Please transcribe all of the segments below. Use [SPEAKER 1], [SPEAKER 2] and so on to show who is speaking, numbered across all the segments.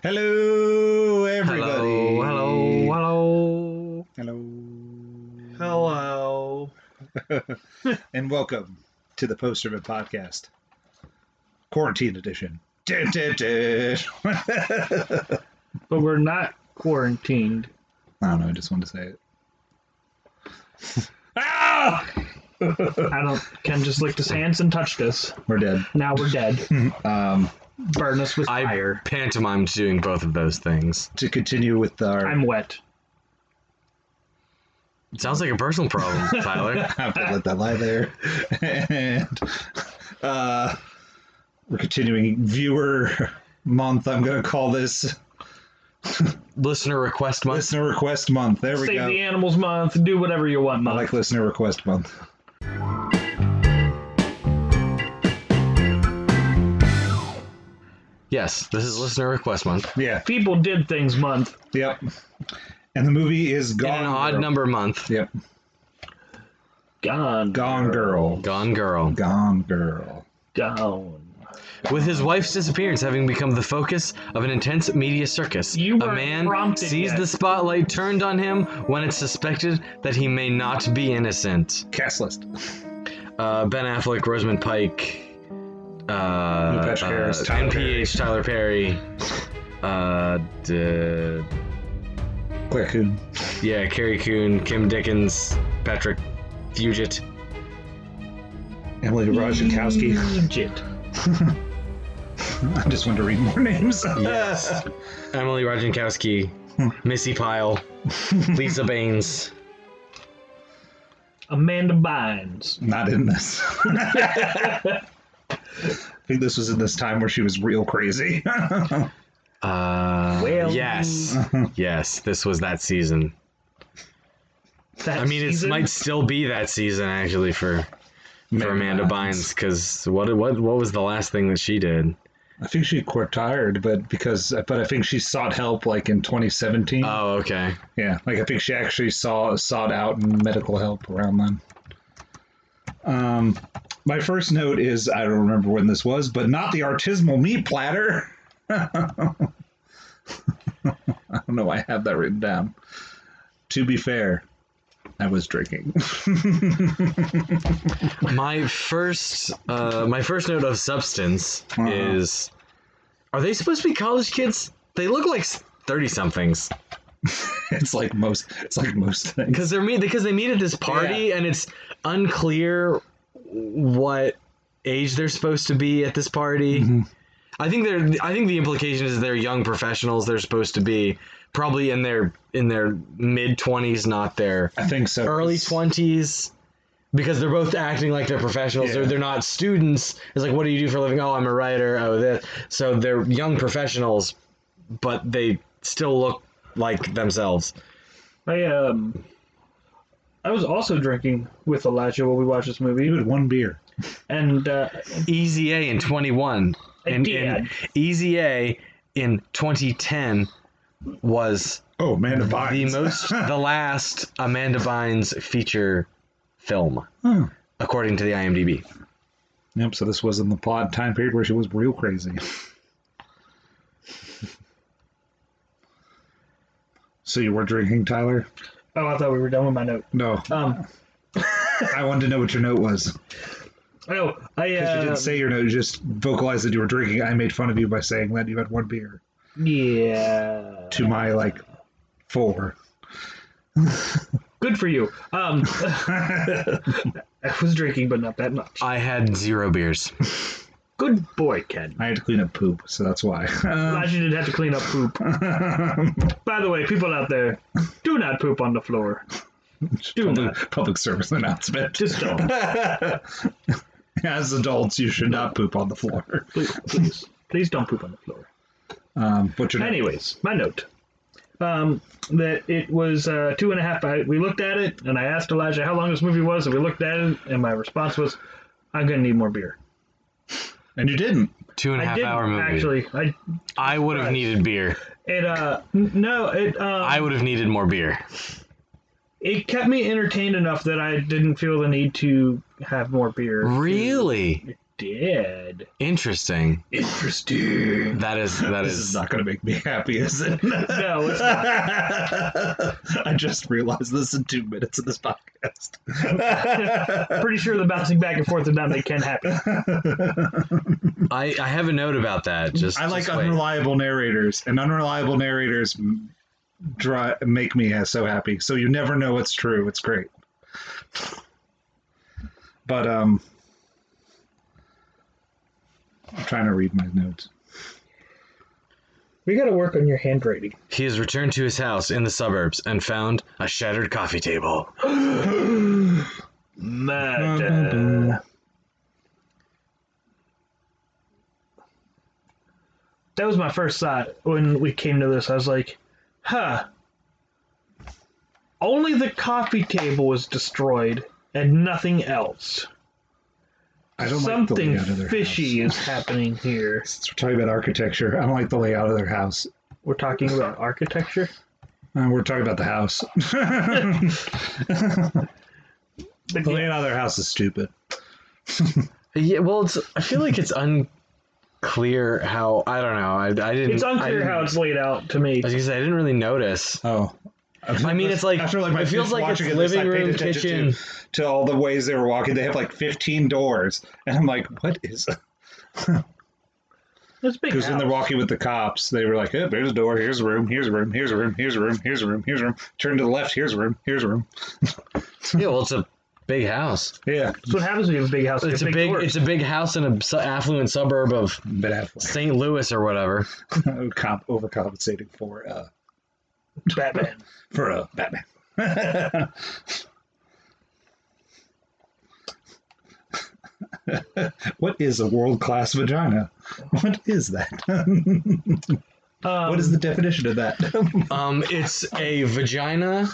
[SPEAKER 1] Hello, everybody.
[SPEAKER 2] Hello, hello,
[SPEAKER 1] Hello.
[SPEAKER 2] hello,
[SPEAKER 1] and welcome to the Post Servant Podcast, Quarantine Edition. Dun, dun, dun. I
[SPEAKER 3] But we're not quarantined.
[SPEAKER 1] don't know. I just wanted to say it. ah!
[SPEAKER 3] I don't. Ken just licked his hands and touched us.
[SPEAKER 1] We're dead.
[SPEAKER 3] Now we're dead.
[SPEAKER 1] Um,
[SPEAKER 3] Burn us with
[SPEAKER 2] I-
[SPEAKER 3] fire.
[SPEAKER 2] Pantomime doing both of those things.
[SPEAKER 1] to continue with our.
[SPEAKER 3] I'm wet.
[SPEAKER 2] It sounds like a personal problem, Tyler.
[SPEAKER 1] I'm gonna let that lie there. and uh, we're continuing viewer month. I'm going to call this
[SPEAKER 2] Listener request month.
[SPEAKER 1] listener request month. There we
[SPEAKER 3] Save
[SPEAKER 1] go.
[SPEAKER 3] the animals month. Do whatever you want
[SPEAKER 1] I
[SPEAKER 3] month.
[SPEAKER 1] like listener request month.
[SPEAKER 2] Yes, this is listener request month.
[SPEAKER 1] Yeah.
[SPEAKER 3] People did things month.
[SPEAKER 1] Yep. And the movie is
[SPEAKER 2] In
[SPEAKER 1] Gone.
[SPEAKER 2] an odd
[SPEAKER 1] Girl.
[SPEAKER 2] number month.
[SPEAKER 1] Yep.
[SPEAKER 3] Gone.
[SPEAKER 1] Gone Girl.
[SPEAKER 2] Gone Girl.
[SPEAKER 1] Gone Girl.
[SPEAKER 3] Gone.
[SPEAKER 2] With his wife's disappearance having become the focus of an intense media circus,
[SPEAKER 3] You
[SPEAKER 2] a
[SPEAKER 3] weren't
[SPEAKER 2] man
[SPEAKER 3] prompted
[SPEAKER 2] sees
[SPEAKER 3] yet.
[SPEAKER 2] the spotlight turned on him when it's suspected that he may not be innocent.
[SPEAKER 1] Cast list.
[SPEAKER 2] Uh, ben Affleck, Rosamund Pike, uh,
[SPEAKER 1] Lou Patrick
[SPEAKER 2] uh,
[SPEAKER 1] Harris, Tyler
[SPEAKER 2] NPH, Tyler Perry, uh, d-
[SPEAKER 1] Claire Coon.
[SPEAKER 2] yeah, Carrie Coon, Kim Dickens, Patrick Fugit.
[SPEAKER 1] Emily Rajakowski.
[SPEAKER 3] Legit.
[SPEAKER 1] I just want to read more names.
[SPEAKER 2] Yes. Emily Rajankowski, Missy Pyle, Lisa Baines.
[SPEAKER 3] Amanda Bynes.
[SPEAKER 1] Not in this. I think this was in this time where she was real crazy.
[SPEAKER 2] Uh,
[SPEAKER 3] Well-
[SPEAKER 2] yes, yes, this was that season.
[SPEAKER 3] That
[SPEAKER 2] I mean, it
[SPEAKER 3] season,
[SPEAKER 2] might still be that season actually for
[SPEAKER 1] Maybe
[SPEAKER 2] for Amanda
[SPEAKER 1] not.
[SPEAKER 2] Bynes because what what what was the last thing that she did?
[SPEAKER 1] I think she retired, but because but I think she sought help like in 2017.
[SPEAKER 2] Oh, okay.
[SPEAKER 1] Yeah, like I think she actually saw sought out medical help around then. Um, my first note is I don't remember when this was, but not the artisanal meat platter. I don't know. Why I have that written down. To be fair, I was drinking.
[SPEAKER 2] My first, uh, my first note of substance
[SPEAKER 1] Uh-huh.
[SPEAKER 2] is: Are they supposed to be college kids? They look like thirty somethings
[SPEAKER 1] it's like most. It's like most things.
[SPEAKER 2] because they're meet because they meet at this party and it's unclear what age they're supposed to be at this party.
[SPEAKER 1] Mhm.
[SPEAKER 2] I think they're. I think the implication is they're young professionals. They're supposed to be probably in their in their mid twenties, not their
[SPEAKER 1] I think so.
[SPEAKER 2] early 20s because they're both acting like they're professionals
[SPEAKER 1] Yeah.
[SPEAKER 2] they're, they're not students it's like what do you do for a living oh i'm a writer oh this so they're young professionals but they still look like themselves
[SPEAKER 3] I um. I was also drinking with Elijah while we watched this
[SPEAKER 1] You
[SPEAKER 3] movie,
[SPEAKER 1] had one beer.
[SPEAKER 3] and uh,
[SPEAKER 2] easy a in 21
[SPEAKER 3] I
[SPEAKER 2] and,
[SPEAKER 3] did.
[SPEAKER 2] and easy a in 2010 was
[SPEAKER 1] Oh, Amanda
[SPEAKER 2] the
[SPEAKER 1] Bynes.
[SPEAKER 2] most the last amanda bynes feature film
[SPEAKER 1] Huh.
[SPEAKER 2] according to the imdb
[SPEAKER 1] Yep. So this was in the plot time period where she was real crazy. so you were drinking, Tyler?
[SPEAKER 3] oh, I thought we were done with my note.
[SPEAKER 1] No,
[SPEAKER 3] Um,
[SPEAKER 1] I wanted to know what your note was
[SPEAKER 3] oh, I
[SPEAKER 1] because
[SPEAKER 3] uh,
[SPEAKER 1] you didn't say your note. You just vocalized that you were drinking. I made fun of you by saying that you had one beer
[SPEAKER 3] yeah.
[SPEAKER 1] to my like four.
[SPEAKER 3] Good for you. Um, I was drinking, but not that much.
[SPEAKER 2] i had zero beers
[SPEAKER 3] Good boy, Ken.
[SPEAKER 1] I had to clean up poop, so that's why.
[SPEAKER 3] Elijah didn't have to clean up poop. By the way, people out there, do not poop on the floor. Do not.
[SPEAKER 1] public, public service announcement.
[SPEAKER 3] Just don't.
[SPEAKER 1] As adults, you should not poop on the floor.
[SPEAKER 3] Please, please, please don't poop on the floor.
[SPEAKER 1] Um, what's your note?
[SPEAKER 3] Anyways, my note. Um, that it was uh, two and a half. I, we looked at it, and I asked Elijah how long this movie was, and we looked at it, and my response was, "I'm gonna need more beer."
[SPEAKER 1] And you didn't.
[SPEAKER 2] two and a
[SPEAKER 3] I
[SPEAKER 2] half
[SPEAKER 3] didn't
[SPEAKER 2] hour movie
[SPEAKER 3] actually. I
[SPEAKER 2] I would have needed beer.
[SPEAKER 3] it uh n- no it um,
[SPEAKER 2] I would have needed more beer.
[SPEAKER 3] it kept me entertained enough that I didn't feel the need to have more beer.
[SPEAKER 2] Really?
[SPEAKER 3] to dead.
[SPEAKER 2] Interesting.
[SPEAKER 1] Interesting.
[SPEAKER 2] That is that
[SPEAKER 1] this
[SPEAKER 2] is,
[SPEAKER 1] is, not going to make me happy, is it?
[SPEAKER 3] No, it's
[SPEAKER 1] I just realized this in two minutes of this podcast.
[SPEAKER 3] Pretty sure the bouncing back and forth did not make Ken happy.
[SPEAKER 2] I I have a note about that. Just
[SPEAKER 1] I like
[SPEAKER 2] just wait.
[SPEAKER 1] unreliable narrators, and unreliable narrators m- dri make me uh, so happy. So you never know what's true. It's great. But um, I'm trying to read my notes.
[SPEAKER 3] We got to work on your handwriting.
[SPEAKER 2] He has returned to his house in the suburbs and found a shattered coffee table.
[SPEAKER 3] Murder. That was my first thought when we came to this. I was like, huh. Only the coffee table was destroyed and nothing else.
[SPEAKER 1] I don't like the
[SPEAKER 3] Something
[SPEAKER 1] layout of their
[SPEAKER 3] fishy
[SPEAKER 1] House.
[SPEAKER 3] is happening here.
[SPEAKER 1] Since we're talking about architecture, I don't like the layout of their house.
[SPEAKER 3] We're talking about architecture.
[SPEAKER 1] Uh, we're talking about the house.
[SPEAKER 3] But
[SPEAKER 1] the
[SPEAKER 3] yeah,
[SPEAKER 1] layout of their house is stupid.
[SPEAKER 2] Yeah, well, it's, I feel like it's unclear how I don't know. I, I didn't.
[SPEAKER 3] it's
[SPEAKER 2] I
[SPEAKER 3] unclear
[SPEAKER 2] didn't-
[SPEAKER 3] how it's laid out to me.
[SPEAKER 2] I was gonna say I didn't really notice.
[SPEAKER 1] Oh.
[SPEAKER 2] I mean, it's like- it feels like it's living room, kitchen.
[SPEAKER 1] to, to all the ways they were walking. They have like 15 doors, and I'm like, what is?
[SPEAKER 3] It's a big.
[SPEAKER 1] Because when they're
[SPEAKER 3] house.
[SPEAKER 1] walking with the cops, they were like, "Hey, here's a door, here's a room, here's a room, here's a room, here's a room, here's a room, here's a room. Turn to the left, here's a room, here's a room.
[SPEAKER 2] Yeah, well, it's a big house.
[SPEAKER 1] Yeah,
[SPEAKER 3] That's what happens when you have a big house. you
[SPEAKER 2] It's a
[SPEAKER 3] have
[SPEAKER 2] big.
[SPEAKER 3] doors.
[SPEAKER 2] It's a big house in a su- affluent suburb of
[SPEAKER 1] but Affleck
[SPEAKER 2] St. Louis or whatever.
[SPEAKER 1] comp- overcompensating for uh
[SPEAKER 3] Batman.
[SPEAKER 1] for uh, Batman. what is a world class vagina? What is that?
[SPEAKER 3] Um,
[SPEAKER 1] what is the definition of that?
[SPEAKER 2] Um, it's a vagina.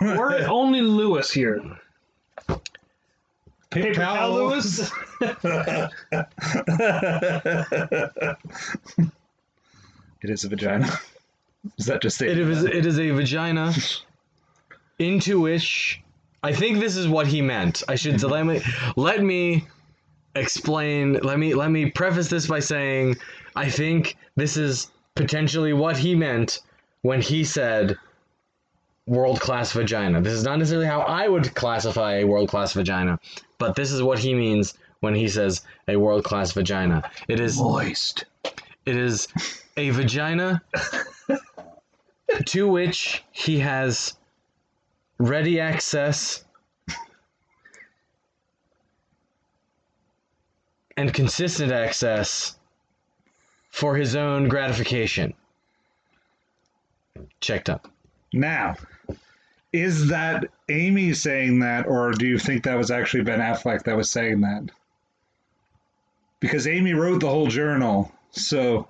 [SPEAKER 3] We're at only Lewis here. Paper towel Lewis.
[SPEAKER 1] it is a vagina. Is that just it?
[SPEAKER 2] It is. It is a vagina. Into which, I think this is what he meant. I should so let me let me explain. Let me let me preface this by saying, I think this is potentially what he meant when he said world class vagina. This is not necessarily how I would classify a world class vagina, but this is what he means when he says a world class vagina. It is
[SPEAKER 1] Moist.
[SPEAKER 2] it is a vagina to which he has ready access and consistent access for his own gratification. Checked up.
[SPEAKER 1] Now, is that Amy saying that, or do you think that was actually Ben Affleck that was saying that? Because Amy wrote the whole journal, so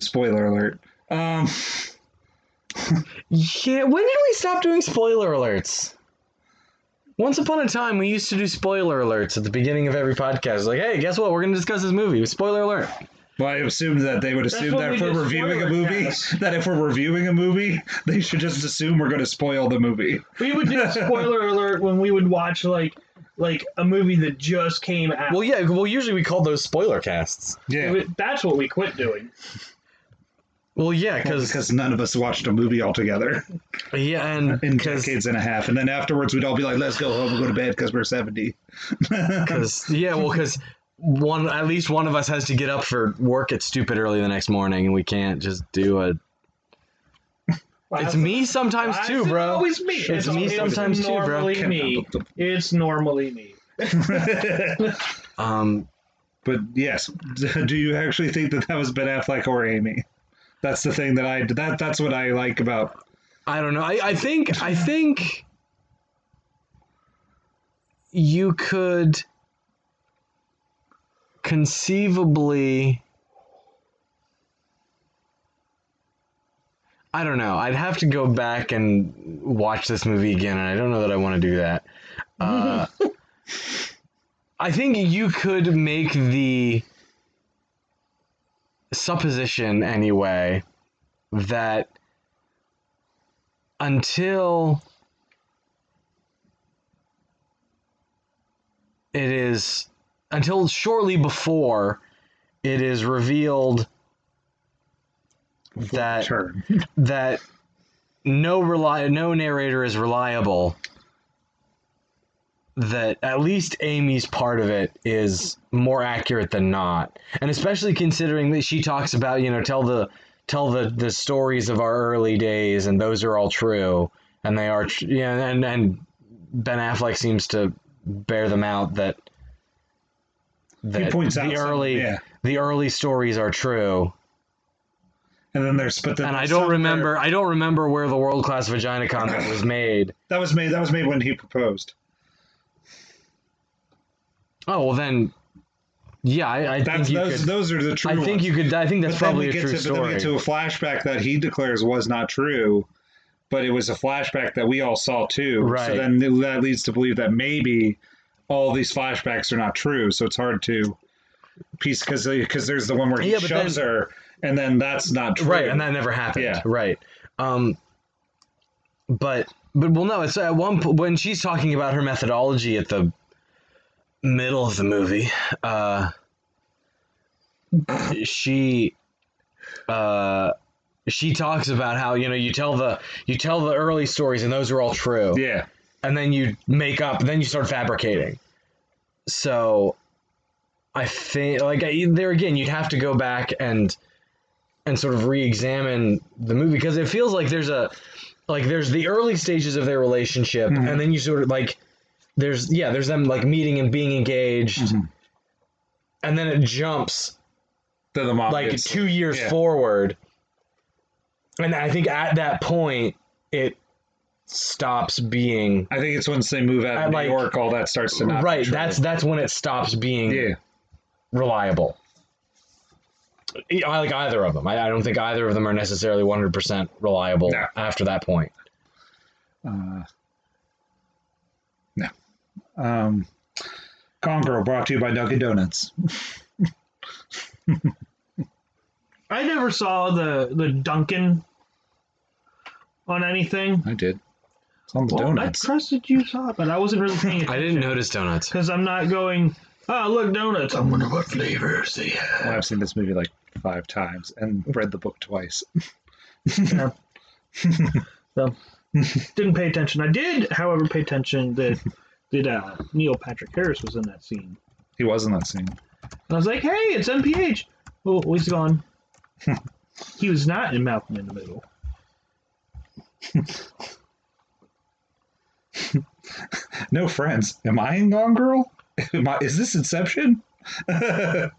[SPEAKER 1] spoiler alert. Um,
[SPEAKER 2] Yeah, when did we stop doing spoiler alerts? Once upon a time, we used to do spoiler alerts at the beginning of every podcast. Like, hey, guess what? We're going to discuss this movie. Spoiler alert.
[SPEAKER 1] well, I assumed that they would assume
[SPEAKER 3] what
[SPEAKER 1] that
[SPEAKER 3] we
[SPEAKER 1] if we're
[SPEAKER 3] did,
[SPEAKER 1] reviewing a
[SPEAKER 3] spoiler
[SPEAKER 1] movie,
[SPEAKER 3] cast.
[SPEAKER 1] that if we're reviewing a movie, they should just assume we're going to spoil the movie.
[SPEAKER 3] We would do a spoiler alert when we would watch like like a movie that just came out.
[SPEAKER 2] Well, yeah. Well, usually we call those spoiler casts.
[SPEAKER 1] Yeah.
[SPEAKER 3] We- That's what we quit doing.
[SPEAKER 2] Well, yeah, because
[SPEAKER 1] because none of us watched a movie altogether
[SPEAKER 2] yeah, and
[SPEAKER 1] in decades and a half, and then afterwards we'd all be like, "Let's go home and go to bed because we're 70.
[SPEAKER 2] because yeah, well, because one at least one of us has to get up for work at stupid early the next morning, and we can't just do a. It's me sometimes
[SPEAKER 3] Why
[SPEAKER 2] too,
[SPEAKER 3] is it
[SPEAKER 2] bro.
[SPEAKER 3] Always me.
[SPEAKER 2] It's me sometimes too, bro.
[SPEAKER 3] normally Me. It's normally me.
[SPEAKER 2] Um,
[SPEAKER 1] but yes, do you actually think that that was Ben Affleck or Amy? That's the thing that I that that's what I like about.
[SPEAKER 2] I don't know. I, I think I think you could conceivably I don't know. I'd have to go back and watch this movie again and I don't know that I want to do that. Uh, I think you could make the supposition anyway that until it is until shortly before it is revealed that
[SPEAKER 1] Turn.
[SPEAKER 2] that no rely no narrator is reliable that at least Amy's part of it is more accurate than not and especially considering that she talks about you know tell the tell the the stories of our early days and those are all true and they are tr- yeah and and Ben Affleck seems to bear them out that that
[SPEAKER 1] He points out
[SPEAKER 2] the
[SPEAKER 1] some-
[SPEAKER 2] early
[SPEAKER 1] yeah,
[SPEAKER 2] the early stories are true
[SPEAKER 1] and then there's but then
[SPEAKER 2] and I
[SPEAKER 1] there's
[SPEAKER 2] don't
[SPEAKER 1] some where-
[SPEAKER 2] remember. I don't remember where the world class vagina comment was made.
[SPEAKER 1] that was made. That was made when he proposed.
[SPEAKER 2] Oh well, then, yeah, I, I think
[SPEAKER 1] That's
[SPEAKER 2] you
[SPEAKER 1] those.
[SPEAKER 2] could.
[SPEAKER 1] those are the true.
[SPEAKER 2] I think
[SPEAKER 1] ones.
[SPEAKER 2] you could. I think that's
[SPEAKER 1] But then
[SPEAKER 2] probably
[SPEAKER 1] we
[SPEAKER 2] a
[SPEAKER 1] get
[SPEAKER 2] true
[SPEAKER 1] to, But then we
[SPEAKER 2] story.
[SPEAKER 1] get to a flashback that he declares was not true, but it was a flashback that we all saw too.
[SPEAKER 2] Right.
[SPEAKER 1] So then that leads to believe that maybe all these flashbacks are not true. So it's hard to piece because because there's the one where he
[SPEAKER 2] Yeah, but
[SPEAKER 1] shoves
[SPEAKER 2] then-
[SPEAKER 1] her, and then that's not true.
[SPEAKER 2] Right, and that never happened.
[SPEAKER 1] Yeah.
[SPEAKER 2] Right. Um. But but well, no. It's at one point when she's talking about her methodology at the middle of the movie. Uh, she. Uh, she talks about how you know you tell the you tell the early stories and those are all true.
[SPEAKER 1] yeah.
[SPEAKER 2] and then you make up, and then you start fabricating. So, I think like I, there again, you'd have to go back and and sort of re-examine the movie because it feels like there's a like there's the early stages of their relationship,
[SPEAKER 1] Mhm.
[SPEAKER 2] and then you sort of like there's yeah there's them like meeting and being engaged,
[SPEAKER 1] Mhm.
[SPEAKER 2] and then it jumps
[SPEAKER 1] Then the mom
[SPEAKER 2] like
[SPEAKER 1] gets-
[SPEAKER 2] two years
[SPEAKER 1] yeah.
[SPEAKER 2] forward. And I think at that point, it stops being
[SPEAKER 1] I think it's once they move out
[SPEAKER 2] I
[SPEAKER 1] of New
[SPEAKER 2] like-
[SPEAKER 1] York, all that starts to not be
[SPEAKER 2] right.
[SPEAKER 1] true.
[SPEAKER 2] That's that's when it stops being
[SPEAKER 1] yeah.
[SPEAKER 2] reliable. E- I like either of them. I, I don't think either of them are necessarily one hundred percent reliable
[SPEAKER 1] No.
[SPEAKER 2] after that point.
[SPEAKER 1] Uh, no. Um, Gone Girl brought to you by Dunkin' Donuts.
[SPEAKER 3] I never saw the the Duncan on anything.
[SPEAKER 1] I did. It's on the
[SPEAKER 3] Well, I
[SPEAKER 1] donuts.
[SPEAKER 3] trusted you saw, but I wasn't really paying
[SPEAKER 2] I
[SPEAKER 3] attention
[SPEAKER 2] didn't notice donuts.
[SPEAKER 3] because I'm not going. Ah, look, donuts. I wonder what flavors they have.
[SPEAKER 1] Well, I've seen this movie like five times and read the book twice.
[SPEAKER 3] Didn't pay attention. I did, however, pay attention that that uh, Neil Patrick Harris was in that scene.
[SPEAKER 1] He was in that scene.
[SPEAKER 3] And I was like, hey, it's MPH. Oh, he's gone. he was not in Malcolm in the Middle.
[SPEAKER 1] No friends. Am I in Gone Girl? Am I, is this Inception? I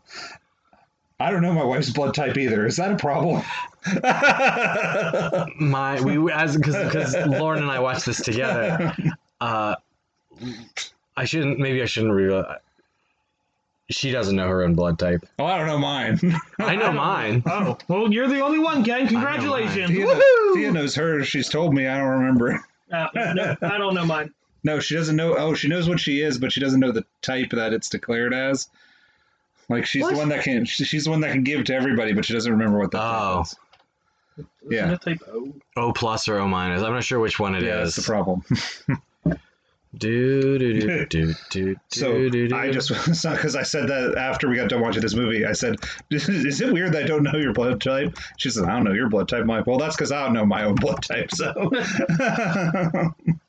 [SPEAKER 1] don't know my wife's blood type either. Is that a problem?
[SPEAKER 2] My we as because because Lauren and I watched this together. Uh, I shouldn't. Maybe I shouldn't reveal. She doesn't know her own blood type.
[SPEAKER 1] oh, I don't know mine.
[SPEAKER 2] I know mine.
[SPEAKER 3] Oh, well, you're the only one, Ken.
[SPEAKER 2] mine.
[SPEAKER 3] Congratulations.
[SPEAKER 1] Thea, kno-
[SPEAKER 3] Woohoo!
[SPEAKER 1] Thea knows her. She's told me. I don't remember.
[SPEAKER 3] Uh, no, I don't know mine.
[SPEAKER 1] No, she doesn't know. Oh, she knows what she is, but she doesn't know the type that it's declared as. Like she's
[SPEAKER 2] What?
[SPEAKER 1] the one that can. she- She's the one that can give to everybody, but she doesn't remember what that
[SPEAKER 2] Oh.
[SPEAKER 1] type is. Yeah.
[SPEAKER 3] Isn't it type O?
[SPEAKER 2] O plus or O minus. I'm not sure which one it is.
[SPEAKER 1] yeah, that's the problem.
[SPEAKER 2] Do do do do do.
[SPEAKER 1] So
[SPEAKER 2] do, do, do.
[SPEAKER 1] I just because I said that after we got done watching this movie, I said, "Is it weird that I don't know your blood type?" She says, "I don't know your blood type." I'm like, "Well, that's because I don't know my own blood type." So,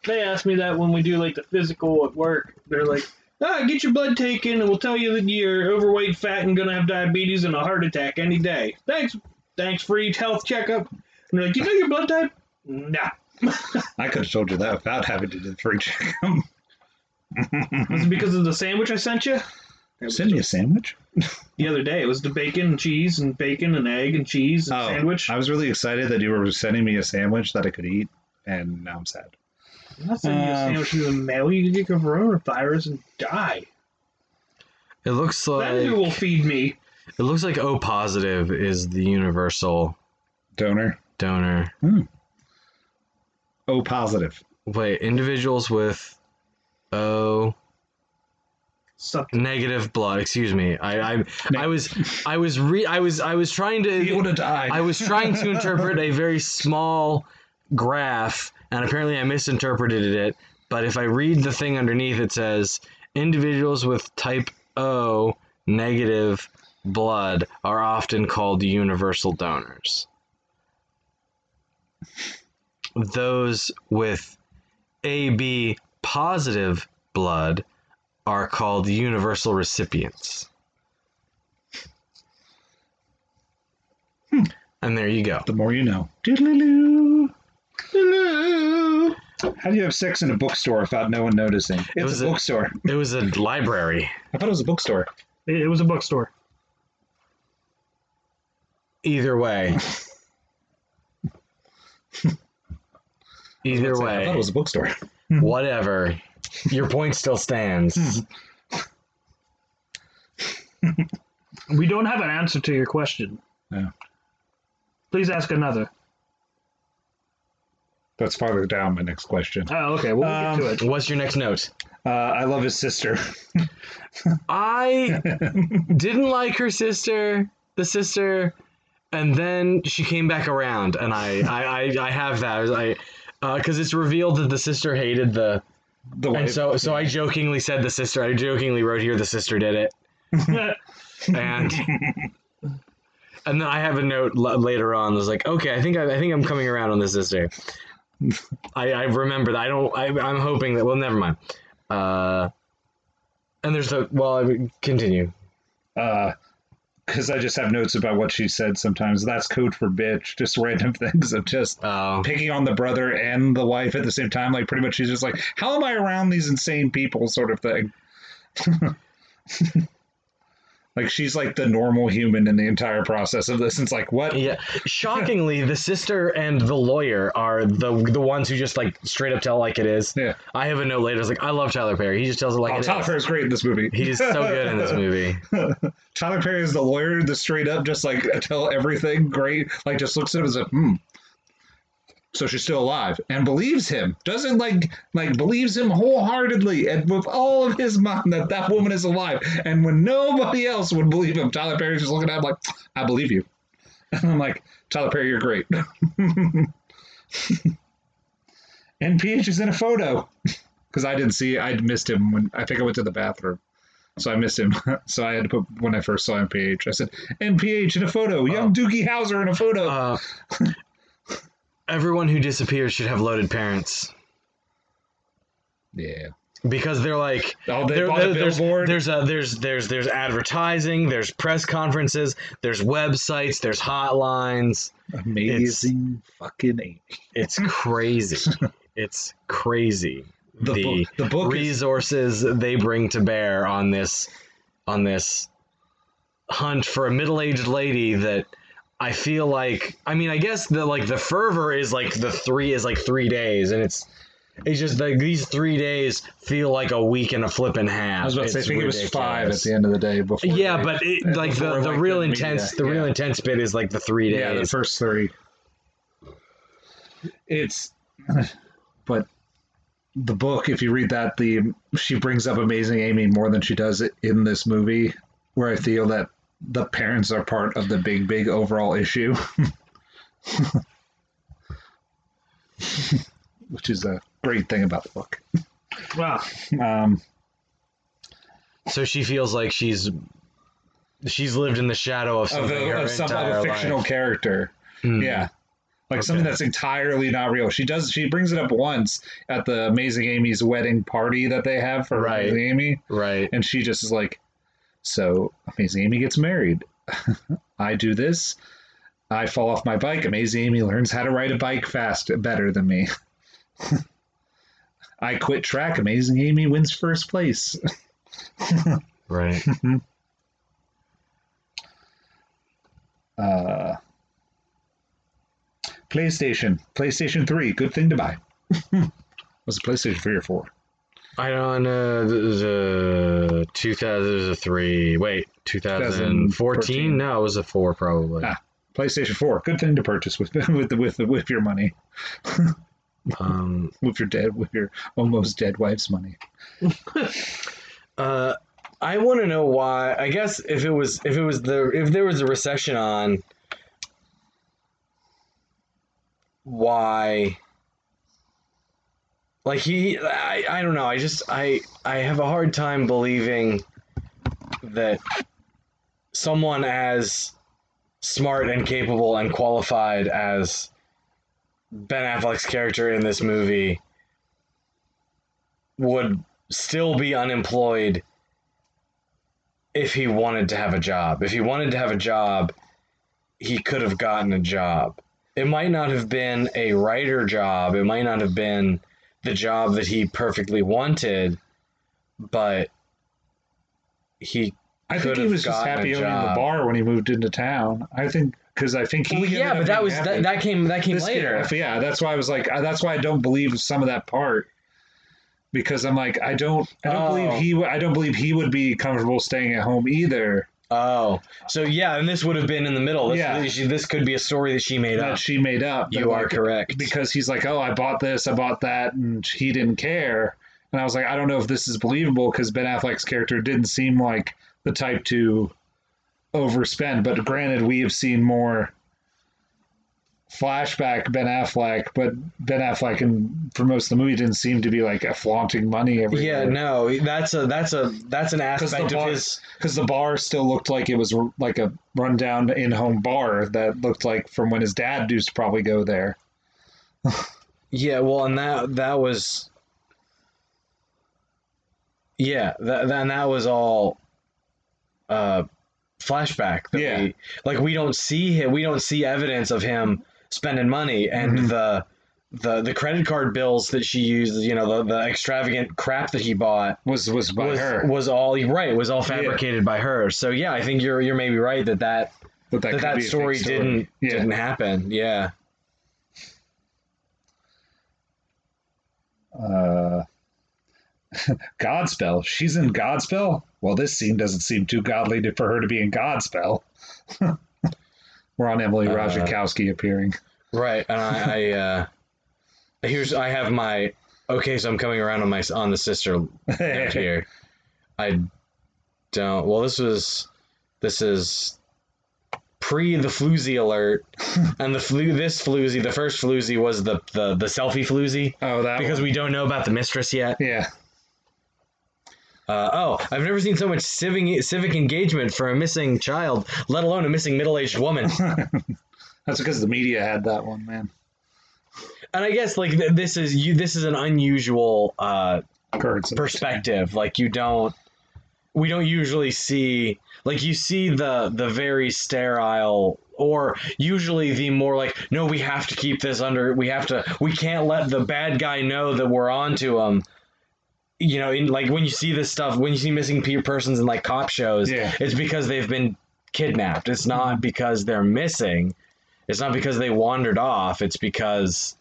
[SPEAKER 3] They ask me that when we do like the physical at work. They're like, ah, get your blood taken and we'll tell you that you're overweight, fat, and gonna have diabetes and a heart attack any day. Thanks, thanks for each health checkup. And they're like, you know your blood type? Nah.
[SPEAKER 1] I could have told you that without having to do the free check.
[SPEAKER 3] Was it because of the sandwich I sent you?
[SPEAKER 1] Send me a sandwich.
[SPEAKER 3] The other day, it was the bacon and cheese and bacon and egg and cheese and sandwich.
[SPEAKER 1] Oh, I was really excited that you were sending me a sandwich that I could eat, and now I'm sad.
[SPEAKER 3] I'm not sending you a
[SPEAKER 1] Um,
[SPEAKER 3] sandwich through the mail. You could get coronavirus and die.
[SPEAKER 2] it looks like
[SPEAKER 3] Then who will feed me?
[SPEAKER 2] It looks like O positive is the universal
[SPEAKER 1] Donor
[SPEAKER 2] donor.
[SPEAKER 1] O positive.
[SPEAKER 2] Wait, individuals with O
[SPEAKER 3] Something.
[SPEAKER 2] negative blood. Excuse me. I I, I was I was re I was I was trying
[SPEAKER 1] He would
[SPEAKER 2] to
[SPEAKER 1] have died.
[SPEAKER 2] I was trying to interpret a very small graph, and apparently I misinterpreted it. But if I read the thing underneath, it says individuals with type O negative blood are often called universal donors. Those with AB positive blood are called universal recipients.
[SPEAKER 1] Hmm.
[SPEAKER 2] And there you go.
[SPEAKER 1] The more you know. Doodaloo. Doodaloo. How do you have sex in a bookstore without no one noticing? It's
[SPEAKER 2] was
[SPEAKER 1] a
[SPEAKER 2] a-
[SPEAKER 1] bookstore.
[SPEAKER 2] It was a library.
[SPEAKER 1] I thought it was a bookstore.
[SPEAKER 4] It, it was a bookstore.
[SPEAKER 2] Either way. Either
[SPEAKER 1] I
[SPEAKER 2] way.
[SPEAKER 1] thought it was Hmm. a bookstore.
[SPEAKER 2] whatever. Your point still stands.
[SPEAKER 4] We don't have an answer to your question.
[SPEAKER 1] Yeah.
[SPEAKER 4] Please ask another.
[SPEAKER 1] That's farther down my next question.
[SPEAKER 4] Oh, okay. We'll
[SPEAKER 1] Um,
[SPEAKER 4] get to it.
[SPEAKER 2] What's your next note?
[SPEAKER 1] Uh, I love his sister.
[SPEAKER 2] I didn't like her sister, the sister, and then she came back around, and I I, I, I have that. I because it's revealed that the sister hated the
[SPEAKER 1] The
[SPEAKER 2] and so so I jokingly said the sister. I jokingly wrote here the sister did it, and and then I have a note l- later on that's like, okay, I think I, I think I'm coming around on the sister. I, I remember that. I don't. I, I'm hoping that. Well, never mind. Uh, and there's the well. I would continue.
[SPEAKER 1] because Uh, I just have notes about what she said sometimes. That's code for bitch. Just random things of just
[SPEAKER 2] Uh,
[SPEAKER 1] picking on the brother and the wife at the same time. Like pretty much, she's just like, "How am I around these insane people?" Sort of thing. like she's like the normal human in the entire process of this. And it's like, what?
[SPEAKER 2] Yeah. Shockingly, the sister and the lawyer are the the ones who just like straight up tell like it is.
[SPEAKER 1] Yeah.
[SPEAKER 2] I have a note later. It's like I love Tyler Perry. He just tells it like
[SPEAKER 1] oh,
[SPEAKER 2] it is.
[SPEAKER 1] Tyler Perry's great in this movie.
[SPEAKER 2] He is so good in this movie.
[SPEAKER 1] Tyler Perry is the lawyer, the straight up, just like tell everything great. Like just looks at him as if, hmm. So she's still alive and believes him. Doesn't like like believes him wholeheartedly and with all of his mind that that woman is alive. And when nobody else would believe him, Tyler Perry's just looking at him like, I believe you. And I'm like, Tyler Perry, you're great. and PH is in a photo because I didn't see. I missed him when I think I went to the bathroom. So I missed him. so I had to put when I first saw MPH. I said MPH in a photo, young
[SPEAKER 2] Oh.
[SPEAKER 1] Doogie Howser in a photo.
[SPEAKER 2] Uh, everyone who disappears should have loaded parents
[SPEAKER 1] yeah.
[SPEAKER 2] because they're like
[SPEAKER 1] Oh, they
[SPEAKER 2] there-
[SPEAKER 1] bought
[SPEAKER 2] there-
[SPEAKER 1] a
[SPEAKER 2] there's,
[SPEAKER 1] billboard.
[SPEAKER 2] there's a there's there's there's advertising, there's press conferences, there's websites, there's hotlines.
[SPEAKER 1] Amazing fucking eight.
[SPEAKER 2] It's crazy. it's crazy.
[SPEAKER 1] The, book. The book is
[SPEAKER 2] resources they bring to bear on this on this hunt for a middle-aged lady that I feel like I mean I guess the like the fervor is like the three is like 3 days and it's it's just like these 3 days feel like a week and a flip and half.
[SPEAKER 1] I was about to say, I
[SPEAKER 2] It's
[SPEAKER 1] think it was
[SPEAKER 2] ridiculous.
[SPEAKER 1] five at the end of the day. Before
[SPEAKER 2] Yeah,
[SPEAKER 1] they-
[SPEAKER 2] but it,
[SPEAKER 1] and
[SPEAKER 2] like the,
[SPEAKER 1] before,
[SPEAKER 2] the
[SPEAKER 1] like,
[SPEAKER 2] real
[SPEAKER 1] the media,
[SPEAKER 2] intense the real
[SPEAKER 1] yeah.
[SPEAKER 2] intense bit is like the 3 days.
[SPEAKER 1] yeah, the first three. It's, but the book. If you read that, the she brings up Amazing Amy more than she does in this movie, where I feel that the parents are part of the big, big overall issue, which is a great thing about the book.
[SPEAKER 4] Wow.
[SPEAKER 1] Um,
[SPEAKER 2] so she feels like she's she's lived in the shadow of
[SPEAKER 1] of
[SPEAKER 2] something
[SPEAKER 1] a,
[SPEAKER 2] her
[SPEAKER 1] of some of
[SPEAKER 2] entire
[SPEAKER 1] a fictional
[SPEAKER 2] life.
[SPEAKER 1] character.
[SPEAKER 2] Mm.
[SPEAKER 1] Yeah. Like something
[SPEAKER 2] Okay.
[SPEAKER 1] that's entirely not real. She does. She brings it up once at the Amazing Amy's wedding party that they have for
[SPEAKER 2] Right.
[SPEAKER 1] Amazing Amy,
[SPEAKER 2] Right.
[SPEAKER 1] and she just is like, "So Amazing Amy gets married. I do this. I fall off my bike. Amazing Amy learns how to ride a bike fast, better than me. I quit track. Amazing Amy wins first place.
[SPEAKER 2] Right.
[SPEAKER 1] Uh, PlayStation, PlayStation Three, good thing to buy. Was it PlayStation Three or Four?
[SPEAKER 2] I don't know. uh, The 2003. Wait, 2014? No, it was a four probably.
[SPEAKER 1] Ah. PlayStation Four, good thing to purchase with with with with your money,
[SPEAKER 2] Um,
[SPEAKER 1] with your dead, with your almost dead wife's money.
[SPEAKER 2] uh, I want to know why. I guess if it was if it was the if there was a recession on, why? Like he, I, I don't know. I just I I have a hard time believing that someone as smart and capable and qualified as Ben Affleck's character in this movie would still be unemployed if he wanted to have a job. If he wanted to have a job, he could have gotten a job. It might not have been a writer job, it might not have been the job that he perfectly wanted, but he
[SPEAKER 1] I
[SPEAKER 2] Could
[SPEAKER 1] think he
[SPEAKER 2] have
[SPEAKER 1] was just
[SPEAKER 2] gotten a
[SPEAKER 1] happy owning the
[SPEAKER 2] job.
[SPEAKER 1] bar when he moved into town. I think because I think he.
[SPEAKER 2] Well,
[SPEAKER 1] ended
[SPEAKER 2] yeah,
[SPEAKER 1] up
[SPEAKER 2] but that
[SPEAKER 1] being
[SPEAKER 2] was
[SPEAKER 1] happy.
[SPEAKER 2] that, that came that came
[SPEAKER 1] This-
[SPEAKER 2] later.
[SPEAKER 1] Yeah, that's why I was like, I- that's why I don't believe some of that part because I'm like, I don't, I don't
[SPEAKER 2] Oh.
[SPEAKER 1] believe he, w- I don't believe he would be comfortable staying at home either.
[SPEAKER 2] Oh, so yeah, and this would have been in the middle. This,
[SPEAKER 1] Yeah.
[SPEAKER 2] she- this could be a story that she made
[SPEAKER 1] That
[SPEAKER 2] up.
[SPEAKER 1] she made up.
[SPEAKER 2] You
[SPEAKER 1] but,
[SPEAKER 2] are
[SPEAKER 1] like,
[SPEAKER 2] correct.
[SPEAKER 1] because he's like, oh, I bought this, I bought that, and he didn't care. And I was like, I don't know if this is believable because Ben Affleck's character didn't seem like the type to overspend. But granted, we have seen more flashback Ben Affleck, but Ben Affleck, and for most of the movie, didn't seem to be like a flaunting money everywhere.
[SPEAKER 2] yeah, no, that's a that's a that's an aspect
[SPEAKER 1] the
[SPEAKER 2] of
[SPEAKER 1] bar-
[SPEAKER 2] his.
[SPEAKER 1] because the bar still looked like it was r- like a rundown in-home bar that looked like from when his dad used to probably go there.
[SPEAKER 2] Yeah, well, and that that was. Yeah, that and that was all. Uh, flashback. That
[SPEAKER 1] Yeah.
[SPEAKER 2] We, like we don't see him. We don't see evidence of him spending money and
[SPEAKER 1] Mhm.
[SPEAKER 2] the. The, the credit card bills that she used, you know, the, the extravagant crap that he bought
[SPEAKER 1] Was was by
[SPEAKER 2] was,
[SPEAKER 1] her
[SPEAKER 2] was all right was all fabricated by her so yeah i think you're you're maybe right that that
[SPEAKER 1] that
[SPEAKER 2] that,
[SPEAKER 1] could
[SPEAKER 2] that
[SPEAKER 1] be a fake
[SPEAKER 2] story, didn't
[SPEAKER 1] Yeah.
[SPEAKER 2] didn't happen yeah
[SPEAKER 1] uh, Godspell. She's in Godspell. Well, this scene doesn't seem too godly to, for her to be in Godspell. We're on Emily
[SPEAKER 2] Uh,
[SPEAKER 1] Ratajkowski appearing.
[SPEAKER 2] right and i, I uh here's i have my okay so i'm coming around on my on the sister note here i don't well this was this is pre the floozy alert and the flu this floozy the first floozy was the the, the selfie floozy
[SPEAKER 1] oh, that
[SPEAKER 2] because we don't know about the mistress yet
[SPEAKER 1] one. yeah.
[SPEAKER 2] Uh, oh, I've never seen so much civic, civic engagement for a missing child, let alone a missing middle aged woman.
[SPEAKER 1] That's because the media had that one, man.
[SPEAKER 2] and I guess like th- this is you. This is an unusual uh,
[SPEAKER 1] Kurtz.
[SPEAKER 2] perspective. Like you don't, we don't usually see like you see the the very sterile or usually the more like no, we have to keep this under. We have to. We can't let the bad guy know that we're onto him. You know, in like when you see this stuff, when you see missing pe- persons in like cop shows,
[SPEAKER 1] Yeah.
[SPEAKER 2] it's because they've been kidnapped. It's not because they're missing. It's not because they wandered off. It's because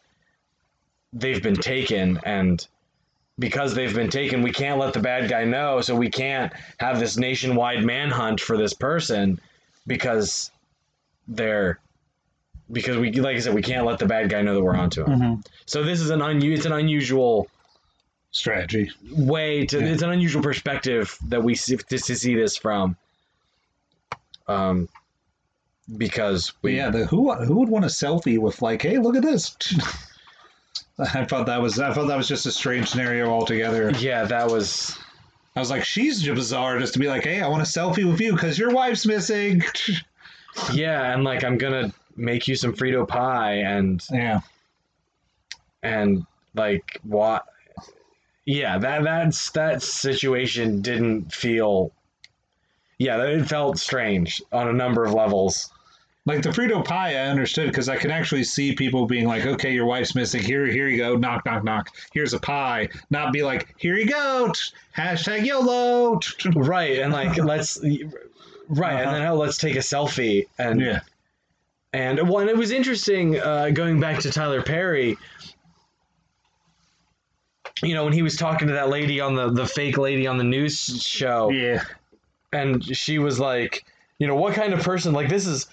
[SPEAKER 2] they've been taken and because they've been taken, we can't let the bad guy know, so we can't have this nationwide manhunt for this person because they're because we like I said, we can't let the bad guy know that we're onto him.
[SPEAKER 1] Mhm.
[SPEAKER 2] So this is an un it's an unusual
[SPEAKER 1] Strategy.
[SPEAKER 2] way to
[SPEAKER 1] Yeah.
[SPEAKER 2] it's an unusual perspective that we see to, to see this from um because
[SPEAKER 1] But
[SPEAKER 2] we
[SPEAKER 1] yeah, the, who who would want a selfie with like, hey, look at this. I thought that was I thought that was just a strange scenario altogether.
[SPEAKER 2] yeah that was
[SPEAKER 1] I was like, she's j- bizarre just to be like, hey, I want a selfie with you because your wife's missing.
[SPEAKER 2] yeah and like i'm gonna make you some frito pie and
[SPEAKER 1] yeah.
[SPEAKER 2] and like what yeah that that's that situation didn't feel yeah that- it felt strange on a number of levels
[SPEAKER 1] Like the Frito pie, I understood because I can actually see people being like, okay, your wife's missing. Here, here you go. Knock, knock, knock. Here's a pie. Not be like, here you go. Hashtag YOLO.
[SPEAKER 2] right and like let's right and then oh, let's take a selfie and
[SPEAKER 1] yeah.
[SPEAKER 2] And one, it was interesting uh, going back to Tyler Perry. You know, when he was talking to that lady on the the fake lady on the news show,
[SPEAKER 1] Yeah.
[SPEAKER 2] and she was like, you know, what kind of person? Like this is,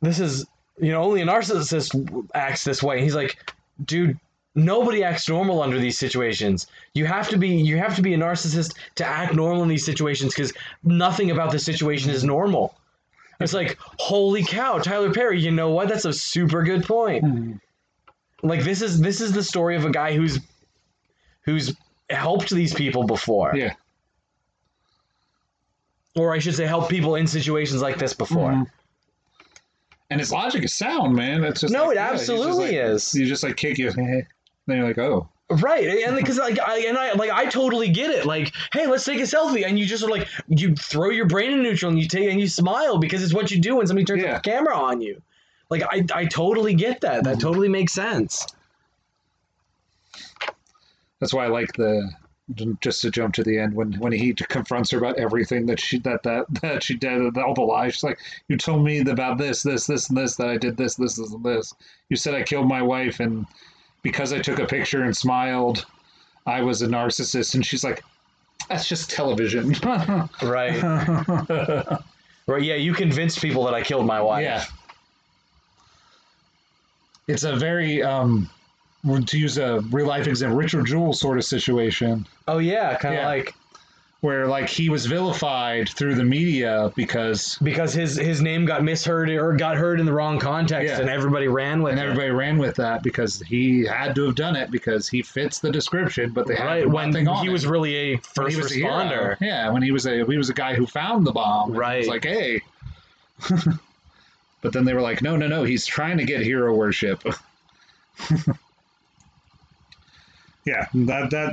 [SPEAKER 2] this is, you know, only a narcissist acts this way. And he's like, dude, nobody acts normal under these situations. You have to be, you have to be a narcissist to act normal in these situations because nothing about the situation is normal. It's like, holy cow, Tyler Perry. You know what? That's a super good point like this is this is the story of a guy who's who's helped these people before
[SPEAKER 1] Yeah.
[SPEAKER 2] or I should say, help people in situations like this before.
[SPEAKER 1] Mhm. And his logic is sound, man. That's just
[SPEAKER 2] No,
[SPEAKER 1] like,
[SPEAKER 2] it
[SPEAKER 1] yeah, he's just
[SPEAKER 2] absolutely
[SPEAKER 1] like-
[SPEAKER 2] is.
[SPEAKER 1] You just like kick your head, then you're like, oh,
[SPEAKER 2] Right, and because like I and I like I totally get it. Like, hey, let's take a selfie, and you just are like you throw your brain in neutral and you take and you smile because it's what you do when somebody turns
[SPEAKER 1] Yeah.
[SPEAKER 2] the camera on you. Like I I totally get that.
[SPEAKER 1] Mm-hmm.
[SPEAKER 2] That totally makes sense.
[SPEAKER 1] that's why I like the just to jump to the end when when he confronts her about everything that she that that that she did all the lies. She's like, you told me about this, this, this, and this that I did this, this, this, and this. You said I killed my wife, and because I took a picture and smiled, I was a narcissist. And she's like, that's just television.
[SPEAKER 2] Right,
[SPEAKER 1] yeah.
[SPEAKER 2] right. Yeah, you convinced people that I killed my wife.
[SPEAKER 1] It's a very um to use a real life example, Richard Jewell sort of situation.
[SPEAKER 2] Oh yeah, kind of
[SPEAKER 1] Yeah.
[SPEAKER 2] like
[SPEAKER 1] where like he was vilified through the media because
[SPEAKER 2] because his his name got misheard or got heard in the wrong context,
[SPEAKER 1] Yeah.
[SPEAKER 2] and everybody ran with
[SPEAKER 1] and
[SPEAKER 2] it.
[SPEAKER 1] everybody ran with that because he had to have done it because he fits the description but they
[SPEAKER 2] right
[SPEAKER 1] had
[SPEAKER 2] when
[SPEAKER 1] nothing on
[SPEAKER 2] he
[SPEAKER 1] him.
[SPEAKER 2] was really a
[SPEAKER 1] When
[SPEAKER 2] first
[SPEAKER 1] he was a hero.
[SPEAKER 2] responder.
[SPEAKER 1] yeah when he was a he was a guy who found the bomb And
[SPEAKER 2] Right.
[SPEAKER 1] it was like hey but then they were like no no no he's trying to get hero worship yeah that that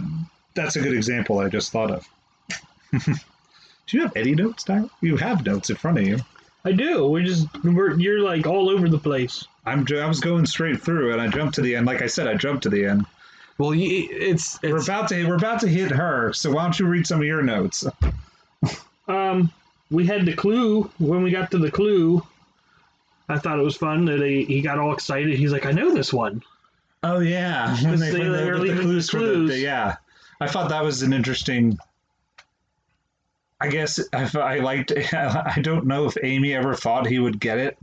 [SPEAKER 1] that's a good example i just thought of do you have any notes Tyler? you have notes in front of you
[SPEAKER 4] I do. We just we're, you're like all over the place.
[SPEAKER 1] I'm ju- I was going straight through, and I jumped to the end. Like I said, I jumped to the end.
[SPEAKER 2] Well, you, it's
[SPEAKER 1] We're
[SPEAKER 2] it's
[SPEAKER 1] about to we're about to hit her. So why don't you read some of your notes?
[SPEAKER 4] Um, we had the clue. When we got to the clue, I thought it was fun that he, he got all excited. He's like, I know this one.
[SPEAKER 1] Oh yeah, when
[SPEAKER 4] Let's see,
[SPEAKER 1] find
[SPEAKER 4] they're
[SPEAKER 1] out what
[SPEAKER 4] leaving the
[SPEAKER 1] for
[SPEAKER 4] clues.
[SPEAKER 1] yeah, I thought that was an interesting. I guess I, f- I liked. I don't know if Amy ever thought he would get it,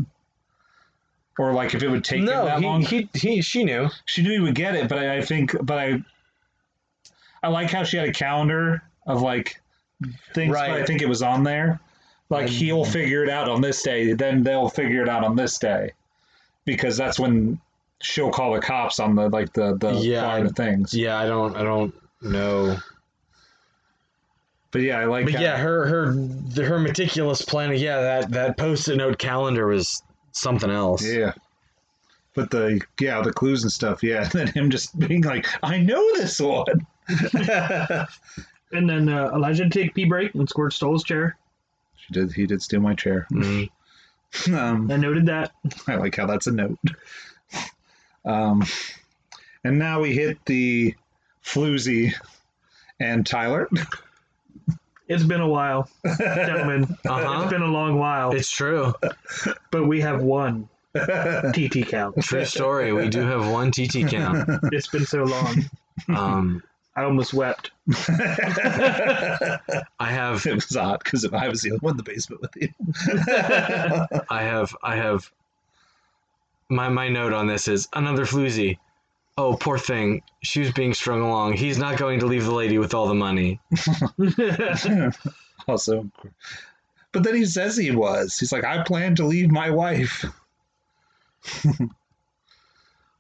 [SPEAKER 1] or like if it would take him
[SPEAKER 2] no.
[SPEAKER 1] that
[SPEAKER 2] he,
[SPEAKER 1] long.
[SPEAKER 2] he he she knew.
[SPEAKER 1] she knew he would get it, but I, I think, but I, I like how she had a calendar of like things, but I
[SPEAKER 2] Right.
[SPEAKER 1] think it was on there. Like
[SPEAKER 2] Mhm.
[SPEAKER 1] he'll figure it out on this day, then they'll figure it out on this day, because that's when she'll call the cops on the like the the
[SPEAKER 2] Yeah,
[SPEAKER 1] part of things.
[SPEAKER 2] Yeah, I don't I don't know.
[SPEAKER 1] But yeah, I like.
[SPEAKER 2] But
[SPEAKER 1] how-
[SPEAKER 2] yeah, her her the, her meticulous planning. Yeah, that that post-it note calendar was something else.
[SPEAKER 1] yeah. But the yeah the clues and stuff yeah and then him just being like I know this one
[SPEAKER 4] And then uh, Elijah take pee break and Squirt stole his chair.
[SPEAKER 1] she did he did steal my chair
[SPEAKER 2] Mhm.
[SPEAKER 1] um,
[SPEAKER 4] I noted that.
[SPEAKER 1] I like how that's a note. Um, and now we hit the floozy and Tyler.
[SPEAKER 4] It's been a while, gentlemen.
[SPEAKER 2] Uh-huh.
[SPEAKER 4] It's been a long while,
[SPEAKER 2] It's true.
[SPEAKER 4] but we have one TT count.
[SPEAKER 2] True story. We do have one TT count.
[SPEAKER 4] It's been so long.
[SPEAKER 2] Um,
[SPEAKER 4] I almost wept.
[SPEAKER 1] it
[SPEAKER 2] I have
[SPEAKER 1] was odd because if I was the only one in the basement with you,
[SPEAKER 2] I have I have my my note on this is another floozy. Oh, poor thing. She was being strung along. He's not going to leave the lady with all the money.
[SPEAKER 1] also, but then he says he was. He's like, I plan to leave my wife.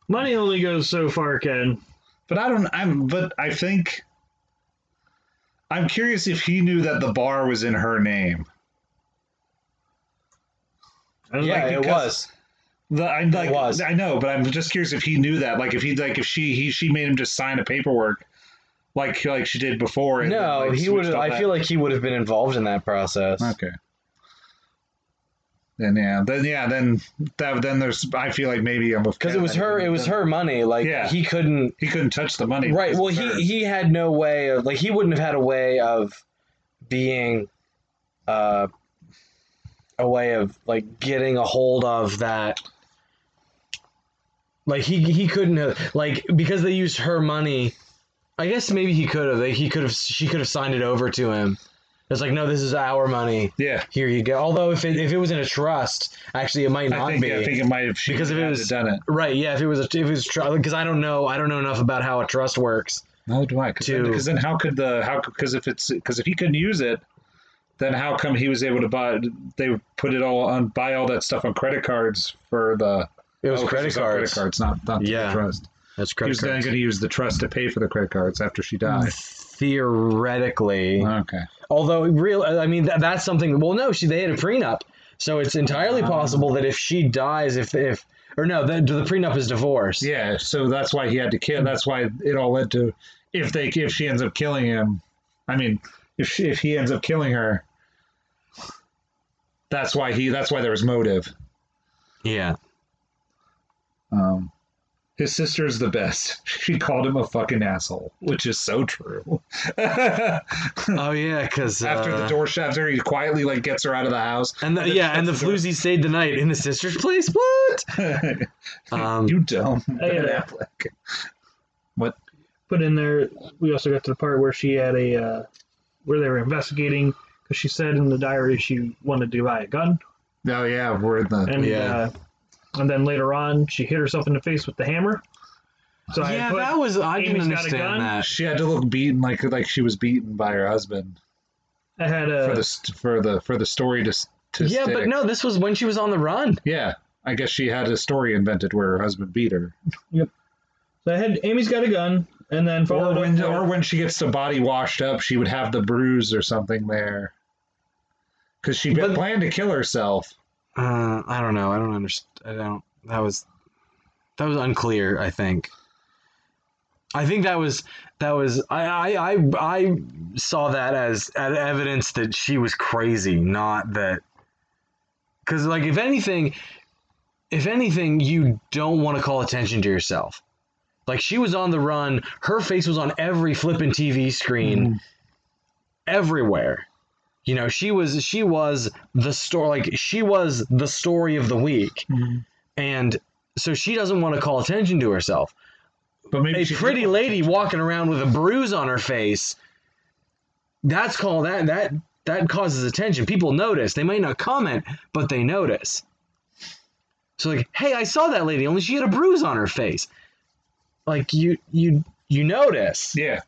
[SPEAKER 4] Money only goes so far, Ken.
[SPEAKER 1] But I don't. I'm. But I think. I'm curious if he knew that the bar was in her name.
[SPEAKER 4] I was like,
[SPEAKER 1] it because- The, I'm like,
[SPEAKER 2] was.
[SPEAKER 1] I know, but I'm just curious if he knew that. Like, if he like if she he she made him just sign a paperwork, like like she did before. and
[SPEAKER 2] No,
[SPEAKER 1] then, like,
[SPEAKER 2] he
[SPEAKER 1] switched
[SPEAKER 2] would.
[SPEAKER 1] all
[SPEAKER 2] I
[SPEAKER 1] that.
[SPEAKER 2] feel like he would have been involved in that process.
[SPEAKER 1] okay. Then yeah, then yeah, then that then there's. I feel like maybe I'm
[SPEAKER 2] Because it was her. It was her money. Like
[SPEAKER 1] Yeah.
[SPEAKER 2] he couldn't.
[SPEAKER 1] He couldn't touch the money.
[SPEAKER 2] Right. Well,
[SPEAKER 1] It's her.
[SPEAKER 2] he he had no way of like he wouldn't have had a way of being, uh, a way of like getting a hold of that. Like he he couldn't have like because they used her money. I guess maybe he could have. Like, he could have. She could have signed it over to him. It's like no, this is our money.
[SPEAKER 1] Yeah,
[SPEAKER 2] Here you go. Although if it, if it was in a trust, actually it might
[SPEAKER 1] I
[SPEAKER 2] not
[SPEAKER 1] think
[SPEAKER 2] be.
[SPEAKER 1] I think it might have she
[SPEAKER 2] Because if it
[SPEAKER 1] had to
[SPEAKER 2] was-
[SPEAKER 1] done it.
[SPEAKER 2] Right. Yeah. If it was a, if it was because I don't know I don't know enough about how a trust works.
[SPEAKER 1] No, do I? Because then,
[SPEAKER 2] To-
[SPEAKER 1] 'cause then how could the how because if it's because if he couldn't use it, then how come he was able to buy? They put it all on buy all that stuff on credit cards for the
[SPEAKER 2] It was
[SPEAKER 1] 'cause
[SPEAKER 2] credit
[SPEAKER 1] on
[SPEAKER 2] cards.
[SPEAKER 1] Oh, Credit cards, not not
[SPEAKER 2] Yeah.
[SPEAKER 1] yeah. trust.
[SPEAKER 2] That's
[SPEAKER 1] He
[SPEAKER 2] credit
[SPEAKER 1] was then
[SPEAKER 2] cards.
[SPEAKER 1] going to use the trust to pay for the credit cards after she died.
[SPEAKER 2] Theoretically,
[SPEAKER 1] Hmm. Okay.
[SPEAKER 2] although real, I mean that, that's something. Well, no, she they had a prenup, so it's entirely possible that if she dies, if if or no, the, the prenup is divorce.
[SPEAKER 1] Yeah, so that's why he had to kill. That's why it all led to if they if she ends up killing him. I mean, if she, if he ends up killing her, that's why he. That's why there was motive.
[SPEAKER 2] yeah.
[SPEAKER 1] Um, his sister's the best. She called him a fucking asshole, which is so true. After
[SPEAKER 2] Oh yeah, because
[SPEAKER 1] the door shuts her, he quietly like gets her out of the house.
[SPEAKER 2] and the, yeah, and the
[SPEAKER 1] shuts the door.
[SPEAKER 2] floozy stayed the night in the sister's place. What? Um,
[SPEAKER 1] you dumb
[SPEAKER 4] Hey,
[SPEAKER 1] Ben
[SPEAKER 4] uh,
[SPEAKER 1] Affleck.
[SPEAKER 4] Put in there. We also got to the part where she had a uh, where they were investigating because she said in the diary she wanted to buy a gun,
[SPEAKER 1] Oh yeah, we're in the.
[SPEAKER 4] and
[SPEAKER 2] Yeah.
[SPEAKER 4] uh, and then later on she hit herself in the face with the hammer. So I
[SPEAKER 2] yeah,
[SPEAKER 4] put-
[SPEAKER 2] that was I didn't
[SPEAKER 4] Amy's got a gun.
[SPEAKER 2] understand that.
[SPEAKER 1] She had to look beaten, like like she was beaten by her husband.
[SPEAKER 4] I had
[SPEAKER 1] for
[SPEAKER 4] a
[SPEAKER 1] the st- for the for the story to, s- to
[SPEAKER 2] yeah,
[SPEAKER 1] stick.
[SPEAKER 2] but no, this was when she was on the run.
[SPEAKER 1] yeah i guess she had a story invented where her husband beat her
[SPEAKER 4] so I had Amy's got a gun, and then
[SPEAKER 1] or
[SPEAKER 4] followed up
[SPEAKER 1] when
[SPEAKER 4] with-
[SPEAKER 1] or when she gets the body washed up she would have the bruise or something there because she
[SPEAKER 2] But-
[SPEAKER 1] planned to kill herself
[SPEAKER 2] Uh, I don't know. I don't understand. I don't. That was that was unclear. I think. I think that was that was I I I, I saw that as, as evidence that she was crazy, not that. Because like, if anything, if anything, you don't want to call attention to yourself. Like she was on the run. Her face was on every flipping TV screen everywhere. You know, she was she was the story like she was the story of the week.
[SPEAKER 1] Mhm.
[SPEAKER 2] And so she doesn't want to call attention to herself.
[SPEAKER 1] but maybe
[SPEAKER 2] A
[SPEAKER 1] she
[SPEAKER 2] pretty lady walking around with a bruise on her face, that's called that that that causes attention. People notice. They might not comment, but they notice. So like, hey, I saw that lady, only she had a bruise on her face. Like you you you notice
[SPEAKER 1] yeah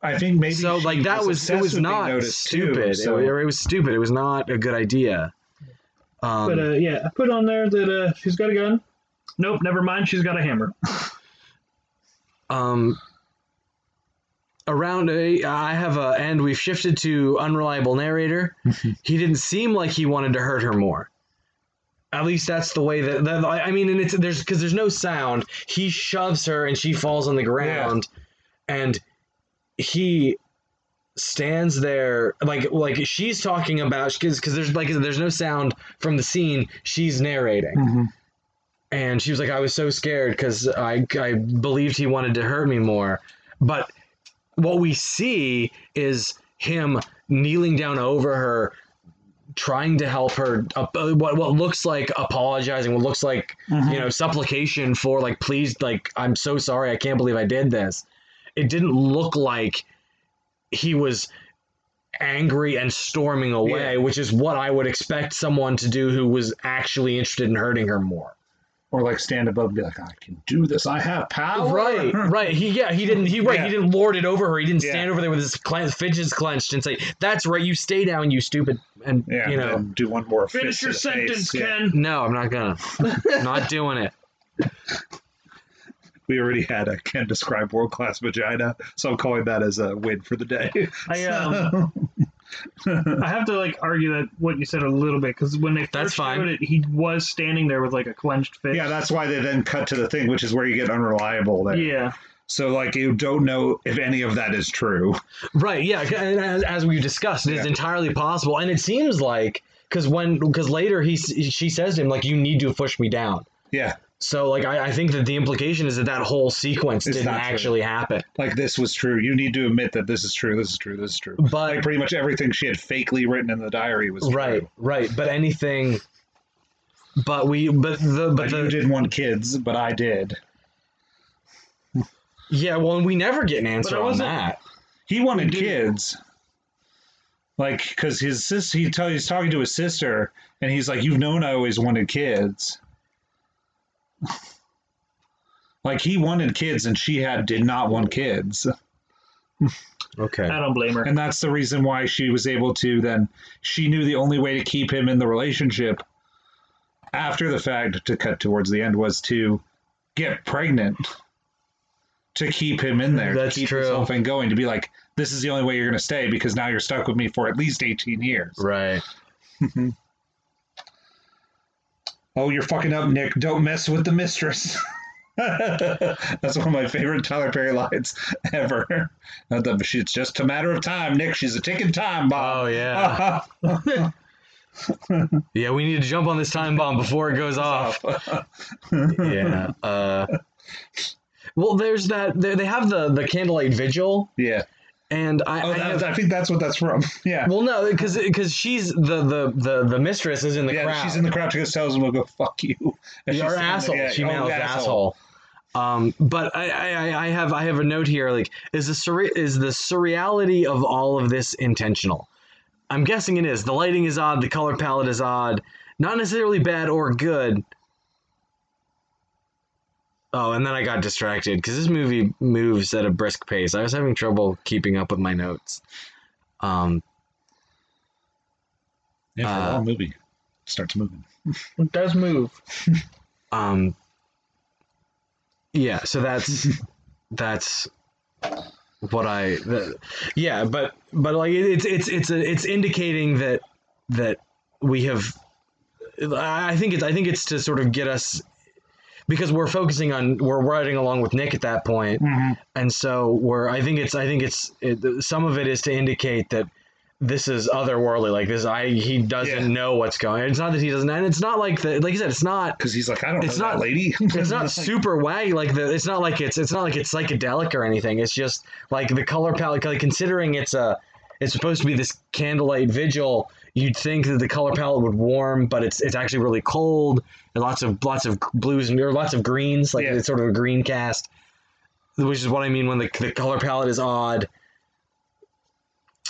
[SPEAKER 1] i think maybe
[SPEAKER 2] so
[SPEAKER 1] she
[SPEAKER 2] like that was it
[SPEAKER 1] obsessed
[SPEAKER 2] was
[SPEAKER 1] with being
[SPEAKER 2] not
[SPEAKER 1] noticed,
[SPEAKER 2] stupid
[SPEAKER 1] too,
[SPEAKER 2] It
[SPEAKER 1] so-
[SPEAKER 2] wa- it, was stupid it was not a good idea um,
[SPEAKER 4] But uh, yeah, I put on there that uh, she's got a gun. Nope, never mind. She's got a hammer.
[SPEAKER 2] um around a, i have a and we've shifted to unreliable narrator he didn't seem like he wanted to hurt her more at least that's the way that, that i I mean and it's there's because there's no sound he shoves her and she falls on the ground and he stands there like like she's talking about because because there's like there's no sound from the scene she's narrating
[SPEAKER 1] Mhm.
[SPEAKER 2] and she was like, I was so scared because I, I believed he wanted to hurt me more. But what we see is him kneeling down over her, trying to help her, up, uh, what, what looks like apologizing, what looks like, you know, supplication for, like, please, like, I'm so sorry. I can't believe I did this. It didn't look like he was angry and storming away, which is what I would expect someone to do who was actually interested in hurting her more.
[SPEAKER 1] or like stand above and be like i can do this i have power
[SPEAKER 2] Right, right. He yeah, he didn't. He right.
[SPEAKER 1] Yeah.
[SPEAKER 2] He didn't lord it over her. He didn't
[SPEAKER 1] Yeah.
[SPEAKER 2] stand over there with his clen- fidgets clenched and say, "That's right, you stay down, you stupid." And
[SPEAKER 1] yeah
[SPEAKER 2] you know,
[SPEAKER 1] do one more
[SPEAKER 4] Finish
[SPEAKER 1] fist
[SPEAKER 4] your
[SPEAKER 1] to the face,
[SPEAKER 4] sentence,
[SPEAKER 1] yeah.
[SPEAKER 4] Ken.
[SPEAKER 2] no, I'm not gonna. not doing it.
[SPEAKER 1] we already had a Ken describe world class vagina, so I'm calling that as a win for the day.
[SPEAKER 4] I um, I have to like argue that what you said a little bit because when they first
[SPEAKER 2] That's fine.
[SPEAKER 4] showed it, he was standing there with like a clenched fist.
[SPEAKER 1] yeah, that's why they then cut to the thing, which is where you get unreliable there.
[SPEAKER 4] yeah.
[SPEAKER 1] So like you don't know if any of that is true.
[SPEAKER 2] Right. Yeah. And as, as we discussed, it is
[SPEAKER 1] Yeah.
[SPEAKER 2] entirely possible, and it seems like because when because later he s- she says to him like, "You need to push me down."
[SPEAKER 1] Yeah.
[SPEAKER 2] So like I, I think that the implication is that that whole sequence
[SPEAKER 1] It's
[SPEAKER 2] didn't
[SPEAKER 1] not true.
[SPEAKER 2] actually happen.
[SPEAKER 1] Like this was true. You need to admit that this is true, this is true, this is true.
[SPEAKER 2] But
[SPEAKER 1] Like pretty much everything she had fakely written in the diary was true.
[SPEAKER 2] right, right. But anything. But we but the but
[SPEAKER 1] Like,
[SPEAKER 2] the,
[SPEAKER 1] you didn't want kids, but I did.
[SPEAKER 2] Yeah, well, and we never get an
[SPEAKER 4] I
[SPEAKER 2] answer on
[SPEAKER 4] wasn't-
[SPEAKER 2] that.
[SPEAKER 1] He wanted
[SPEAKER 4] Dude.
[SPEAKER 1] kids. Like, because his sister, he tell, he's talking to his sister, and he's like, You've known I always wanted kids. like, he wanted kids, and she had did not want kids.
[SPEAKER 2] Okay.
[SPEAKER 4] I don't blame her.
[SPEAKER 1] And that's the reason why she was able to then, she knew the only way to keep him in the relationship after the fact, to cut towards the end, was to get pregnant to keep him in there.
[SPEAKER 2] That's
[SPEAKER 1] to keep
[SPEAKER 2] true.
[SPEAKER 1] This whole thing going to be like, this is the only way you're going to stay because now you're stuck with me for at least 18 years.
[SPEAKER 2] Right.
[SPEAKER 1] Oh, you're fucking up, Nick. Don't mess with the mistress. That's one of my favorite Tyler Perry lines ever. Not that- It's just a matter of time, Nick. She's a ticking time bomb.
[SPEAKER 2] Oh yeah. yeah, we need to jump on this time bomb before it goes off. yeah. Uh, well, there's that. They they have the the candlelight vigil,
[SPEAKER 1] yeah.
[SPEAKER 2] and I,
[SPEAKER 1] Oh,
[SPEAKER 2] I
[SPEAKER 1] that,
[SPEAKER 2] have,
[SPEAKER 1] I think that's what that's from. Yeah.
[SPEAKER 2] well, no, because because she's the, the the the mistress is in the
[SPEAKER 1] yeah,
[SPEAKER 2] crowd.
[SPEAKER 1] she's in the crowd. She goes, tells him, we'll go, fuck you. And she's
[SPEAKER 2] You're
[SPEAKER 1] standing
[SPEAKER 2] asshole.
[SPEAKER 1] there, yeah,
[SPEAKER 2] she
[SPEAKER 1] oh,
[SPEAKER 2] mouths asshole. Um, but I, I, I- I have I have a note here. Like, is the surre- is the surreality of all of this intentional? I'm guessing it is. The lighting is odd. The color palette is odd. Not necessarily bad or good. Oh, and then I got distracted because this movie moves at a brisk pace. I was having trouble keeping up with my notes. Um,
[SPEAKER 1] Yeah, for
[SPEAKER 2] Uh,
[SPEAKER 1] a long movie. Starts moving.
[SPEAKER 4] It does move.
[SPEAKER 2] um, yeah. So that's that's what I the, yeah, but but like it- it's it's it's a, it's indicating that that we have I I think it's I think it's to sort of get us because we're focusing on we're riding along with Nick at that point and so we're I think it's I think it's it, some of it is to indicate that this is otherworldly like this I he doesn't
[SPEAKER 1] Yeah.
[SPEAKER 2] know what's going it's not that he doesn't and it's not like the like you said it's not
[SPEAKER 1] Because he's like, I don't
[SPEAKER 2] It's
[SPEAKER 1] know
[SPEAKER 2] not-
[SPEAKER 1] that lady.
[SPEAKER 2] it's not super waggy like the it's not like it's it's not like it's psychedelic or anything it's just like the color palette like, considering it's a it's supposed to be this candlelight vigil you'd think that the color palette would warm but it's it's actually really cold and lots of lots of blues and or lots of greens like
[SPEAKER 1] Yeah.
[SPEAKER 2] it's sort of a green cast which is what i mean when the, the color palette is odd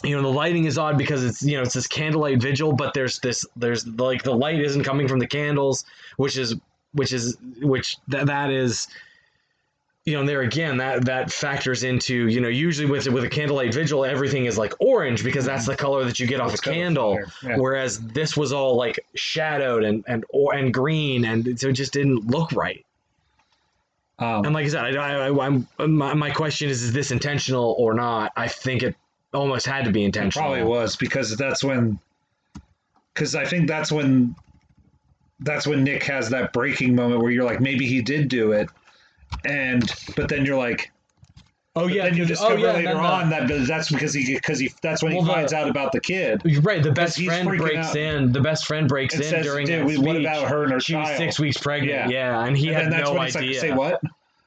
[SPEAKER 2] you know the lighting is odd because it's you know it's this candlelight vigil but there's this there's like the light isn't coming from the candles which is which is which that that is you know there again that that factors into you know usually with with a candlelight vigil everything is like orange because that's the color that you get off a
[SPEAKER 1] It's colours
[SPEAKER 2] candle
[SPEAKER 1] there, yeah.
[SPEAKER 2] whereas this was all like shadowed and and or and green and so it just didn't look right
[SPEAKER 1] Um,
[SPEAKER 2] and like I said, I, I, I'm, my, my question is, is this intentional or not? I think it almost had to be
[SPEAKER 1] It
[SPEAKER 2] intentional.
[SPEAKER 1] probably was because that's when, because I think that's when, that's when Nick has that breaking moment where you're like, maybe he did do it, and but then you're like,
[SPEAKER 2] Oh,
[SPEAKER 1] but
[SPEAKER 2] yeah.
[SPEAKER 1] then you
[SPEAKER 2] because-
[SPEAKER 1] discover
[SPEAKER 2] oh, yeah,
[SPEAKER 1] later
[SPEAKER 2] then the-
[SPEAKER 1] on that that that's because he because he that's when
[SPEAKER 2] Well,
[SPEAKER 1] he
[SPEAKER 2] the-
[SPEAKER 1] finds out about the kid.
[SPEAKER 2] You're right. The best
[SPEAKER 1] he's
[SPEAKER 2] friend
[SPEAKER 1] freaking
[SPEAKER 2] breaks
[SPEAKER 1] out.
[SPEAKER 2] in. The best friend breaks
[SPEAKER 1] And
[SPEAKER 2] in
[SPEAKER 1] says,
[SPEAKER 2] during
[SPEAKER 1] "Dude,
[SPEAKER 2] that
[SPEAKER 1] we-
[SPEAKER 2] speech.
[SPEAKER 1] what about her and her
[SPEAKER 2] she was
[SPEAKER 1] child?"
[SPEAKER 2] six weeks pregnant.
[SPEAKER 1] Yeah.
[SPEAKER 2] Yeah, and he
[SPEAKER 1] and
[SPEAKER 2] had
[SPEAKER 1] then that's
[SPEAKER 2] no
[SPEAKER 1] when he's
[SPEAKER 2] idea.
[SPEAKER 1] like, say what?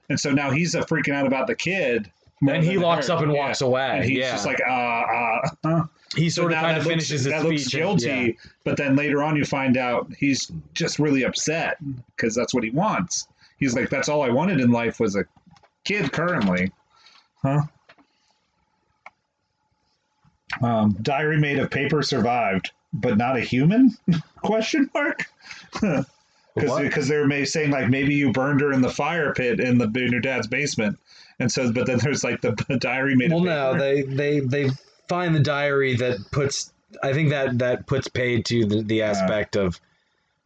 [SPEAKER 1] And so now he's uh, freaking out about the kid.
[SPEAKER 2] Then he locks up and walks away.
[SPEAKER 1] And he's
[SPEAKER 2] yeah,
[SPEAKER 1] just like, uh, uh, uh.
[SPEAKER 2] he
[SPEAKER 1] So
[SPEAKER 2] sort of
[SPEAKER 1] now
[SPEAKER 2] kind of
[SPEAKER 1] that looks-
[SPEAKER 2] finishes his
[SPEAKER 1] that looks
[SPEAKER 2] speech. and-
[SPEAKER 1] guilty,
[SPEAKER 2] yeah.
[SPEAKER 1] but then later on you find out he's just really upset because that's what he wants. He's like, "That's all I wanted in life was a kid." Currently, huh? Um, diary made of paper survived, but not a human? Question mark.
[SPEAKER 2] What?
[SPEAKER 1] Because they're may saying like maybe you burned her in the fire pit in the in your dad's basement, and so but then there's like the, diary made.
[SPEAKER 2] Well,
[SPEAKER 1] of
[SPEAKER 2] no,
[SPEAKER 1] paper.
[SPEAKER 2] they they they find the diary that puts. I think that that puts paid to the, the aspect of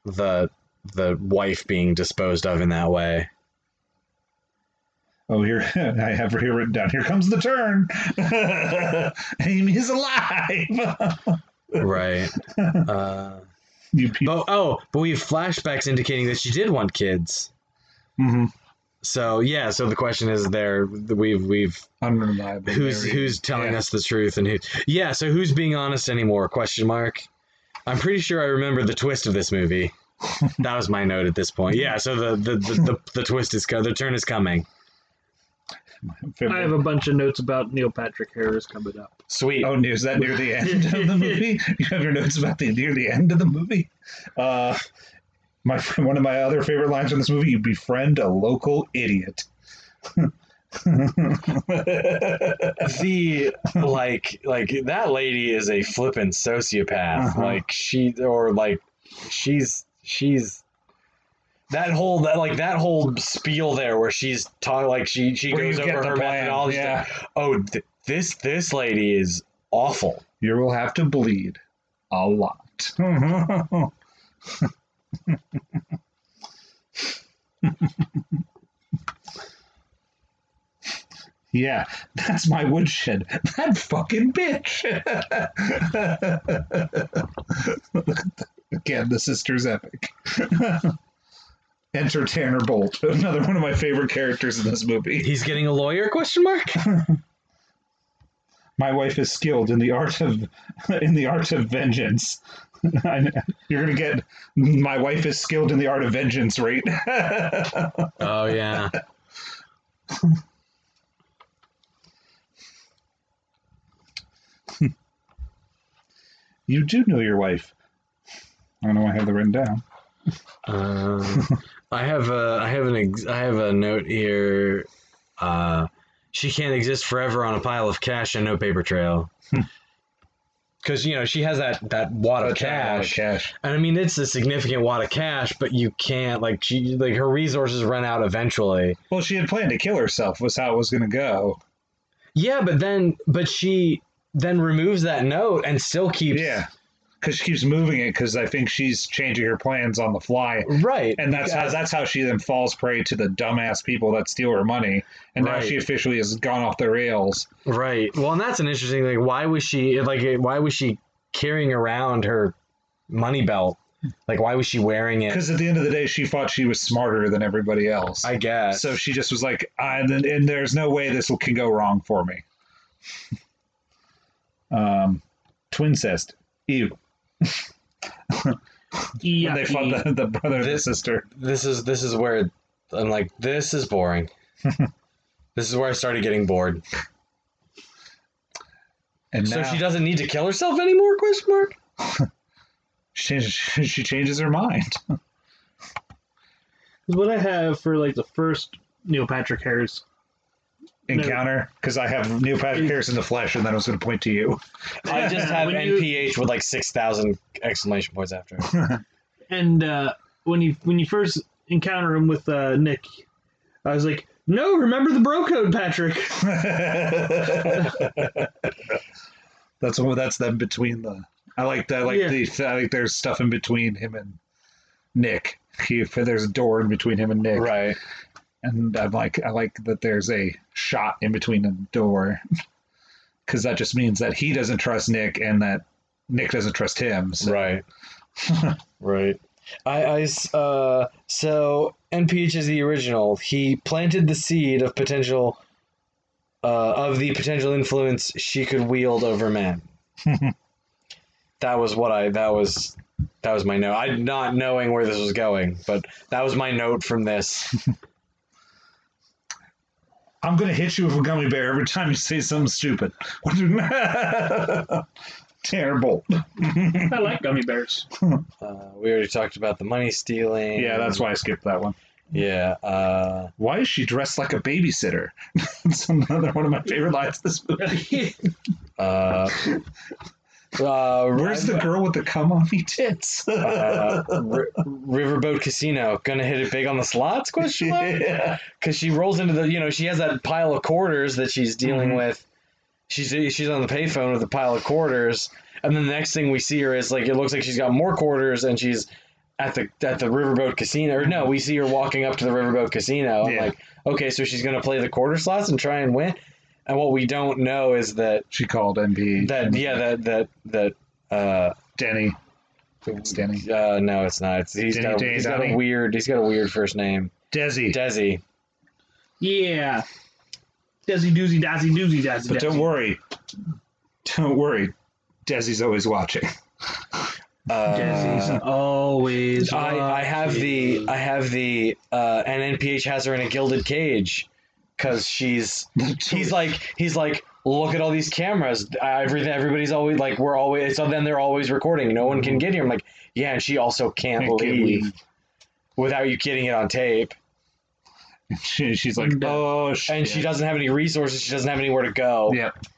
[SPEAKER 2] the the wife being disposed of in that way.
[SPEAKER 1] Oh, here I have here written down. Here comes the turn. Amy is alive.
[SPEAKER 2] Right. uh,
[SPEAKER 1] you people.
[SPEAKER 2] but oh, but we have flashbacks indicating that she did want kids. Mm-hmm.
[SPEAKER 1] Mhm.
[SPEAKER 2] So yeah, so the question is there we've we've
[SPEAKER 1] Unreliable.
[SPEAKER 2] who's
[SPEAKER 1] narrator.
[SPEAKER 2] who's telling
[SPEAKER 1] Yeah.
[SPEAKER 2] us the truth and who Yeah, so who's being honest anymore? Question mark. I'm pretty sure I remember the twist of this movie. that was my note at this point. Yeah, so the the the, the, the twist is co- the turn is coming.
[SPEAKER 4] I have a bunch of notes about Neil Patrick Harris coming up.
[SPEAKER 2] Sweet.
[SPEAKER 1] Oh, is that near the end of the movie? You have your notes about the near the end of the movie. Uh, my one of my other favorite lines from this movie: "You befriend a local idiot."
[SPEAKER 2] the like like that lady is a flippin' sociopath
[SPEAKER 1] Uh-huh.
[SPEAKER 2] like she or like she's she's that whole that like that whole spiel there where she's talking like she she
[SPEAKER 1] Where you
[SPEAKER 2] goes
[SPEAKER 1] get
[SPEAKER 2] over
[SPEAKER 1] the
[SPEAKER 2] her
[SPEAKER 1] plan,
[SPEAKER 2] methodology
[SPEAKER 1] yeah.
[SPEAKER 2] oh th- this this lady is awful
[SPEAKER 1] you will have to bleed a lot. Yeah, that's my woodshed. That fucking bitch. Again, the sister's epic. Enter Tanner Bolt, another one of my favorite characters in this movie.
[SPEAKER 2] He's getting a lawyer? Question mark.
[SPEAKER 1] My wife is skilled in the art of in the art of vengeance. I know. You're gonna get my wife is skilled in the art of vengeance, right?
[SPEAKER 2] Oh yeah.
[SPEAKER 1] you do know your wife. I don't know why I have that written down.
[SPEAKER 2] Uh, I have a I have an ex- I have a note here. Uh, she can't exist forever on a pile of cash and no paper trail. Because you know she has that that wad of cash,
[SPEAKER 1] Cash.
[SPEAKER 2] and I mean it's a significant wad of cash, but you can't like she like her resources run out eventually.
[SPEAKER 1] Well, she had planned to kill herself. Was how it was gonna go.
[SPEAKER 2] Yeah, but then but she then removes that note and still keeps
[SPEAKER 1] Yeah, because she keeps moving it. Because I think she's changing her plans on the fly.
[SPEAKER 2] right
[SPEAKER 1] And that's how that's how she then falls prey to the dumbass people that steal her money. And now
[SPEAKER 2] Right.
[SPEAKER 1] she officially has gone off the rails.
[SPEAKER 2] Right. Well, and that's an interesting like why was she like why was she carrying around her money belt? Like why was she wearing it?
[SPEAKER 1] Because at the end of the day, she thought she was smarter than everybody else.
[SPEAKER 2] I guess.
[SPEAKER 1] so she just was like, I, and, and there's no way this will- can go wrong for me. um, twincest. Ew.
[SPEAKER 4] Yeah.
[SPEAKER 1] And they fought the, the brother and the
[SPEAKER 2] This-
[SPEAKER 1] sister.
[SPEAKER 2] this is this is where I'm like this is boring. this is where I started getting bored.
[SPEAKER 1] And
[SPEAKER 2] So
[SPEAKER 1] now
[SPEAKER 2] she doesn't need to kill herself anymore? Question mark.
[SPEAKER 1] she, she, she changes her mind.
[SPEAKER 4] What I have for like the first Neil Patrick Harris
[SPEAKER 1] Encounter. Because I have Neil Patrick Harris in the flesh, and then I was going to point to you.
[SPEAKER 2] I just have
[SPEAKER 4] When you-
[SPEAKER 2] NPH with like six thousand exclamation points after. it.
[SPEAKER 4] and uh, when you when you first encounter him with uh, Nick, I was like, no, remember the bro code, Patrick.
[SPEAKER 1] that's what that's them between the I like that I like
[SPEAKER 4] Yeah.
[SPEAKER 1] the I like there's stuff in between him and Nick. He, there's a door in between him and Nick.
[SPEAKER 2] right.
[SPEAKER 1] And I'm like I like that there's a shot in between the door. Cause that just means that he doesn't trust Nick and that Nick doesn't trust him. So
[SPEAKER 2] Right. right. I, I s- uh, so NPH is the original. He planted the seed of potential, uh, of the potential influence she could wield over men. that was what I. That was that was my note. I not knowing where this was going, but that was my note from this.
[SPEAKER 1] I'm gonna hit you with a gummy bear every time you say something stupid. Terrible.
[SPEAKER 4] I like gummy bears.
[SPEAKER 2] Uh, we already talked about the money stealing.
[SPEAKER 1] Yeah, that's why I skipped that one.
[SPEAKER 2] Yeah. Uh,
[SPEAKER 1] Why is she dressed like a babysitter? That's another one of my favorite lines in this movie.
[SPEAKER 2] uh, uh,
[SPEAKER 1] Where's the girl with the cum on me tits?
[SPEAKER 2] uh, R- Riverboat Casino gonna hit it big on the slots? Question mark.
[SPEAKER 1] yeah.
[SPEAKER 2] Because she rolls into the, you know, she has that pile of quarters that she's dealing
[SPEAKER 1] Mhm.
[SPEAKER 2] with. She's she's on the payphone with a pile of quarters, and then the next thing we see her is like it looks like she's got more quarters, and she's at the at the Riverboat Casino. Or no, we see her walking up to the Riverboat Casino. I'm
[SPEAKER 1] Yeah.
[SPEAKER 2] like, okay, so she's gonna play the quarter slots and try and win. And what we don't know is that
[SPEAKER 1] She called MB.
[SPEAKER 2] that yeah that that that uh
[SPEAKER 1] Denny. I think it's Denny.
[SPEAKER 2] uh, no, it's not. It's, he's
[SPEAKER 1] Denny
[SPEAKER 2] got, a,
[SPEAKER 1] Day,
[SPEAKER 2] he's got
[SPEAKER 1] Donny.
[SPEAKER 2] a weird. He's got a weird first name.
[SPEAKER 1] Desi.
[SPEAKER 2] Desi.
[SPEAKER 4] Yeah. Desi doozy dazzy doozy dazzy.
[SPEAKER 1] but
[SPEAKER 4] dazzy.
[SPEAKER 1] don't worry. Don't worry. Desi's always watching.
[SPEAKER 2] Uh,
[SPEAKER 4] Desi's always.
[SPEAKER 2] I, I have the I have the uh, and NPH has her in a gilded cage because she's he's like he's like look at all these cameras everything everybody's always like we're always so then they're always recording no one can get here I'm like yeah and she also can't,
[SPEAKER 1] Can't get
[SPEAKER 2] leave
[SPEAKER 1] leave.
[SPEAKER 2] without you getting it on tape
[SPEAKER 1] She, she's like,
[SPEAKER 2] Mm-hmm.
[SPEAKER 1] oh, shit.
[SPEAKER 2] and she doesn't have any resources she doesn't have anywhere to go
[SPEAKER 1] Yep. "Oh,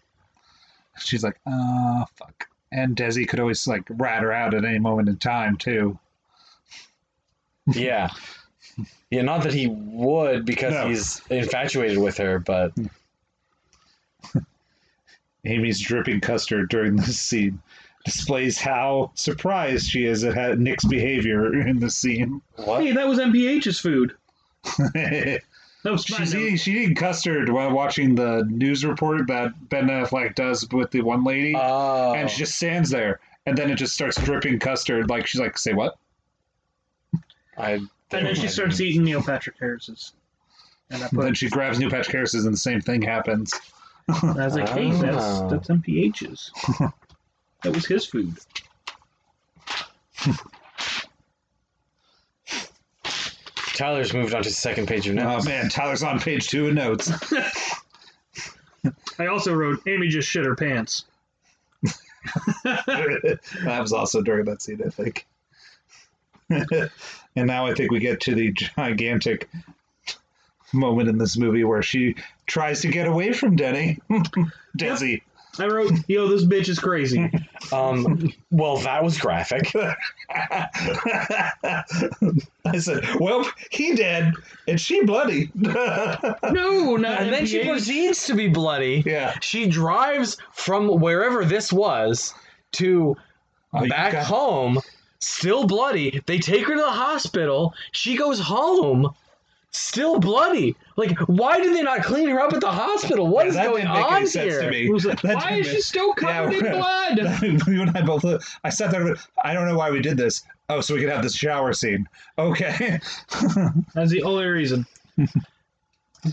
[SPEAKER 1] She's like, uh, fuck. And Desi could always, like, rat her out at any moment in time, too.
[SPEAKER 2] Yeah. Yeah, not that he would because
[SPEAKER 1] No.
[SPEAKER 2] he's infatuated with her, but
[SPEAKER 1] Amy's dripping custard during this scene displays how surprised she is at how- Nick's behavior in the scene.
[SPEAKER 2] what?
[SPEAKER 4] Hey, that was MPH's food.
[SPEAKER 1] and
[SPEAKER 4] That was
[SPEAKER 1] She's
[SPEAKER 4] fine.
[SPEAKER 1] eating, she's eating custard while watching the news report that Ben Affleck does with the one lady,
[SPEAKER 2] Oh.
[SPEAKER 1] and she just stands there, and then it just starts dripping custard. Like she's like, "Say what?"
[SPEAKER 2] I,
[SPEAKER 4] and then she starts eating Neil Patrick Harris's. And I
[SPEAKER 1] And then
[SPEAKER 4] put
[SPEAKER 1] she grabs New Patch Harris's, and the same thing happens.
[SPEAKER 4] I was like, hey,
[SPEAKER 2] Ah.
[SPEAKER 4] that's that's MPH's. that was his food.
[SPEAKER 2] Tyler's moved on to the second page of
[SPEAKER 1] Oh
[SPEAKER 2] notes.
[SPEAKER 1] man, Tyler's on page two of notes.
[SPEAKER 4] I also wrote Amy just shit her pants.
[SPEAKER 1] that was also during that scene, I think. and now I think we get to the gigantic moment in this movie where she tries to get away from Denny. Desi.
[SPEAKER 4] I wrote, yo, this bitch is crazy.
[SPEAKER 2] Um, well, that was graphic.
[SPEAKER 1] I said, "Well, he dead, and she bloody." Oh.
[SPEAKER 4] no, not
[SPEAKER 2] and then she
[SPEAKER 4] MPH.
[SPEAKER 2] proceeds to be bloody.
[SPEAKER 1] yeah,
[SPEAKER 2] She drives from wherever this was to
[SPEAKER 1] Oh, you
[SPEAKER 2] back
[SPEAKER 1] got-
[SPEAKER 2] home, still bloody. They take her to the hospital. She goes home, still bloody. Like, why did they not clean her up at the hospital? What is
[SPEAKER 1] that
[SPEAKER 2] going
[SPEAKER 1] didn't make
[SPEAKER 2] on
[SPEAKER 1] any sense
[SPEAKER 2] here?
[SPEAKER 1] to me.
[SPEAKER 4] It was like,
[SPEAKER 1] That
[SPEAKER 4] why
[SPEAKER 1] didn't
[SPEAKER 4] is
[SPEAKER 1] make-
[SPEAKER 4] she still covered
[SPEAKER 1] Yeah.
[SPEAKER 4] in blood?
[SPEAKER 1] you and I both. I sat there. and went, I don't know why we did this. Oh, so we could have this shower scene. Okay.
[SPEAKER 4] That's the only reason. But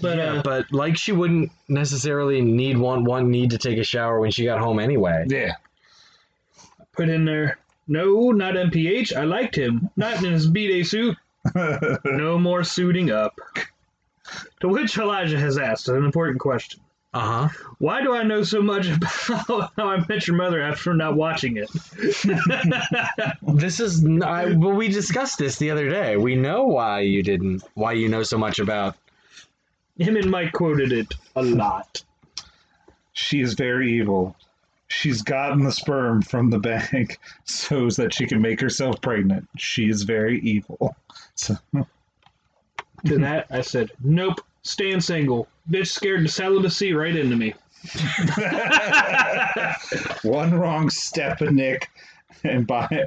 [SPEAKER 2] But,
[SPEAKER 4] uh,
[SPEAKER 2] but like, she wouldn't necessarily need one one need to take a shower when she got home anyway.
[SPEAKER 1] yeah.
[SPEAKER 4] put in there, no, not MPH. I liked him. Not in his B-Day suit. No more suiting up. To which Elijah has asked an important question.
[SPEAKER 2] Uh
[SPEAKER 1] Uh-huh.
[SPEAKER 2] huh.
[SPEAKER 4] Why do I know so much about how I met your mother after not watching it?
[SPEAKER 2] This is n- I, well, we discussed this the other day. We know why you didn't, why you know so much about.
[SPEAKER 4] Him and Mike quoted it a lot.
[SPEAKER 1] she is very evil. She's gotten the sperm from the bank so as that she can make herself pregnant. She is very evil. So,
[SPEAKER 4] To that, I said, nope, staying single. Bitch scared to saddle the sea right into me.
[SPEAKER 1] one wrong step, Nick, and bye,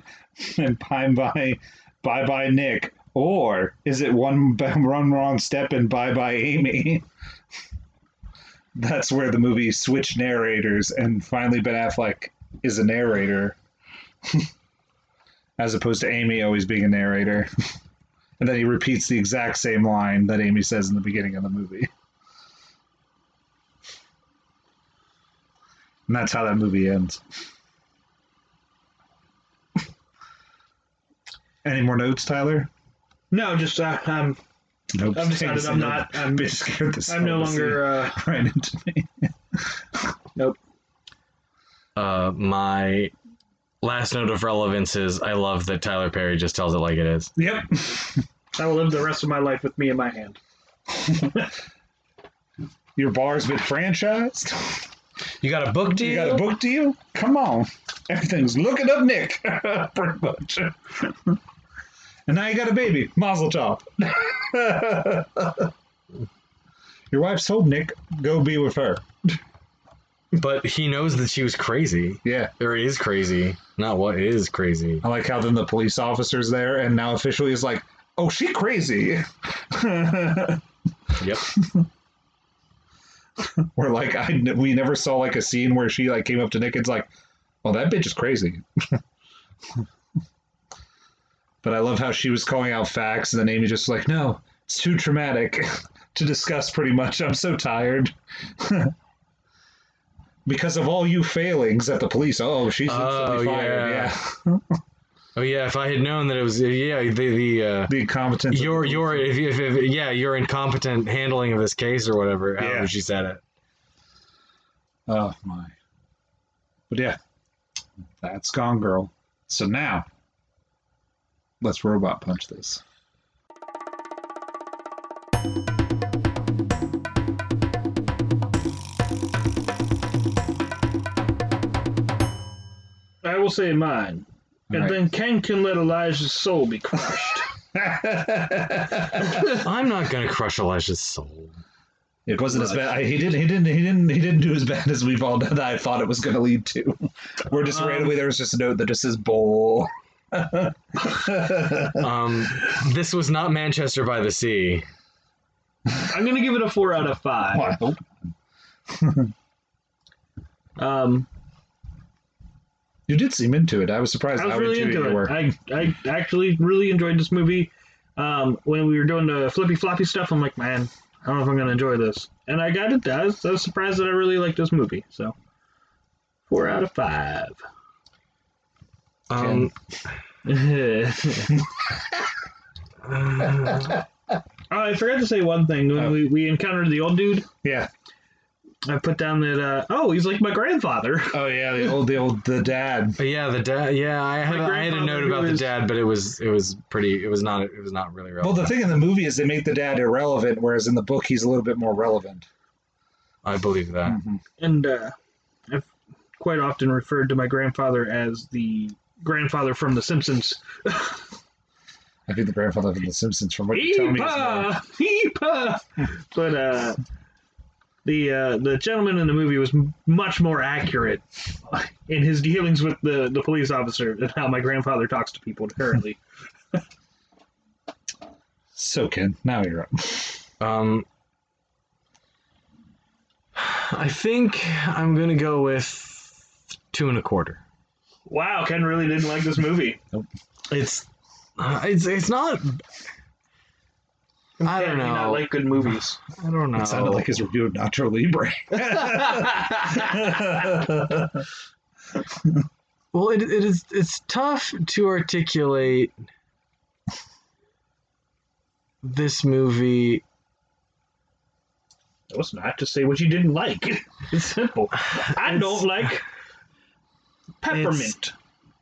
[SPEAKER 1] and bye bye, bye bye, Nick. Or is it one b- one wrong step and bye bye, Amy? That's where the movie switched narrators, and finally Ben Affleck is a narrator, as opposed to Amy always being a narrator. And then he repeats the exact same line that Amy says in the beginning of the movie. And that's how that movie ends. Any more notes, Tyler?
[SPEAKER 4] No, just uh, I'm,
[SPEAKER 1] Nope.
[SPEAKER 4] I've decided I'm not. I'm,
[SPEAKER 1] Bitch scared the
[SPEAKER 4] I'm no
[SPEAKER 1] soul to see
[SPEAKER 4] longer. Uh,
[SPEAKER 1] it right into me.
[SPEAKER 2] Uh, my last note of relevance is I love that Tyler Perry just tells it like it is.
[SPEAKER 1] Yep.
[SPEAKER 4] I will live the rest of my life with me in my hand.
[SPEAKER 1] Your bar's been franchised.
[SPEAKER 2] You got a book deal.
[SPEAKER 1] You got a book deal? Come on. Everything's looking up Nick. Pretty much. and now you got a baby. Mazel tov. Your wife's told Nick, go be with her.
[SPEAKER 2] But he knows that she was crazy.
[SPEAKER 1] Yeah.
[SPEAKER 2] Or is crazy. Not what is crazy.
[SPEAKER 1] I like how then the police officer's there and now officially is like, oh, she crazy.
[SPEAKER 2] Yep.
[SPEAKER 1] Where like I n- we never saw like a scene where she like came up to Nick and's like, well that bitch is crazy. but I love how she was calling out facts and then Amy just like, no, it's too traumatic to discuss. Pretty much, I'm so tired. Because of all you failings at the police, oh, she's instantly
[SPEAKER 2] Oh,
[SPEAKER 1] fired.
[SPEAKER 2] yeah.
[SPEAKER 1] Yeah,
[SPEAKER 2] Oh yeah. If I had known that it was yeah the the uh,
[SPEAKER 1] the incompetence. of
[SPEAKER 2] your
[SPEAKER 1] the
[SPEAKER 2] your if, if, if yeah your incompetent handling of this case or whatever.
[SPEAKER 1] Yeah.
[SPEAKER 2] However she said it.
[SPEAKER 1] Oh my. But yeah, that's Gone Girl. So now, let's robot punch this.
[SPEAKER 4] I will say mine.
[SPEAKER 1] All
[SPEAKER 4] And
[SPEAKER 1] right.
[SPEAKER 4] then Ken can let Elijah's soul be crushed.
[SPEAKER 2] I'm not gonna crush Elijah's soul.
[SPEAKER 1] it wasn't as bad. I, he didn't. He didn't. He didn't. He didn't do as bad as we've all done. That I thought it was going to lead to. We're just
[SPEAKER 4] Um,
[SPEAKER 1] randomly there was just a note that just says bowl.
[SPEAKER 2] Um, this was not Manchester by the Sea.
[SPEAKER 4] I'm gonna give it a four out of five.
[SPEAKER 1] Well, I hope.
[SPEAKER 4] Um,
[SPEAKER 1] You did seem into it. I was surprised
[SPEAKER 4] I was
[SPEAKER 1] how
[SPEAKER 4] really
[SPEAKER 1] into,
[SPEAKER 4] into
[SPEAKER 1] you
[SPEAKER 4] it.
[SPEAKER 1] were.
[SPEAKER 4] I, I actually really enjoyed this movie. Um, when we were doing the flippy floppy stuff, I'm like, man, I don't know if I'm gonna enjoy this. And I got it. I was, I was surprised that I really liked this movie. So, four out of five.
[SPEAKER 2] Um,
[SPEAKER 4] oh,
[SPEAKER 2] uh,
[SPEAKER 4] I forgot to say one thing. When
[SPEAKER 1] Oh.
[SPEAKER 4] we, we encountered the old dude,
[SPEAKER 1] Yeah.
[SPEAKER 4] I put down that uh, oh, he's like my grandfather.
[SPEAKER 1] Oh yeah. The old, the old, the dad.
[SPEAKER 2] but yeah, the dad. Yeah, I had
[SPEAKER 4] My
[SPEAKER 2] I had a
[SPEAKER 4] grandfather
[SPEAKER 2] note
[SPEAKER 4] who
[SPEAKER 2] about the
[SPEAKER 4] is-
[SPEAKER 2] dad, but it was it was pretty. It was not it was not really
[SPEAKER 1] Well,
[SPEAKER 2] relevant.
[SPEAKER 1] the thing in the movie is they make the dad irrelevant, whereas in the book he's a little bit more relevant.
[SPEAKER 2] I believe that.
[SPEAKER 1] Mhm.
[SPEAKER 4] and uh, I've quite often referred to my grandfather as the grandfather from The Simpsons.
[SPEAKER 1] I think the grandfather from The Simpsons. From what you tell me, is more-
[SPEAKER 4] Heepa, heepa. But uh, the uh, the gentleman in the movie was m- much more accurate in his dealings with the, the police officer than how my grandfather talks to people currently.
[SPEAKER 1] so Ken, now you're up. Hmm.
[SPEAKER 2] Um, I think I'm gonna go with two and a quarter.
[SPEAKER 4] wow, Ken really didn't like this movie.
[SPEAKER 2] It's uh, it's it's not. I
[SPEAKER 4] Ken,
[SPEAKER 2] don't
[SPEAKER 4] you not
[SPEAKER 2] know.
[SPEAKER 4] like good movies.
[SPEAKER 2] I don't know.
[SPEAKER 1] It sounded like his review of Nacho Libre.
[SPEAKER 2] Well, it, it is it's tough to articulate this movie.
[SPEAKER 4] No, it's not. Just say what you didn't like. It's simple. I
[SPEAKER 2] It's-
[SPEAKER 4] don't like peppermint.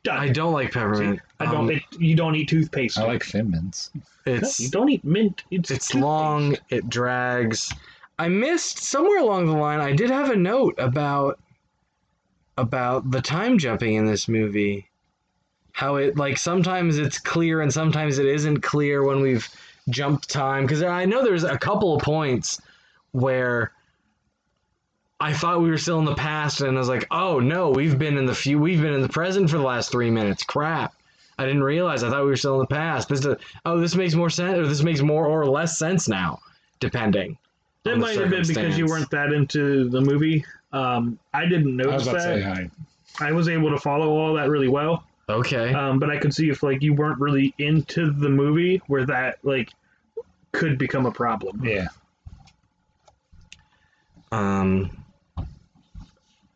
[SPEAKER 4] Done.
[SPEAKER 2] I don't like peppermint.
[SPEAKER 4] I don't.
[SPEAKER 2] Um,
[SPEAKER 4] it, you don't eat toothpaste.
[SPEAKER 1] I like Thin Mints.
[SPEAKER 4] You
[SPEAKER 2] it's
[SPEAKER 4] don't eat mint. It's,
[SPEAKER 2] it's
[SPEAKER 4] toothpaste.
[SPEAKER 2] long. It drags. I missed somewhere along the line. I did have a note about about the time jumping in this movie. How it like sometimes it's clear and sometimes it isn't clear when we've jumped time because I know there's a couple of points where I thought we were still in the past and I was like, oh no, we've been in the few we've been in the present for the last three minutes. Crap. I didn't realize. I thought we were still in the past. This does, oh, this makes more sense, or this makes more or less sense now, depending.
[SPEAKER 4] That
[SPEAKER 2] on the
[SPEAKER 4] might have been because you
[SPEAKER 2] circumstance.
[SPEAKER 4] weren't that into the movie. Um, I didn't
[SPEAKER 1] I was
[SPEAKER 4] notice
[SPEAKER 1] about to say
[SPEAKER 4] that.
[SPEAKER 1] hi.
[SPEAKER 4] I was able to follow all that really well.
[SPEAKER 2] Okay.
[SPEAKER 4] Um, but I could see if like you weren't really into the movie, where that like could become a problem.
[SPEAKER 1] Yeah.
[SPEAKER 2] Um,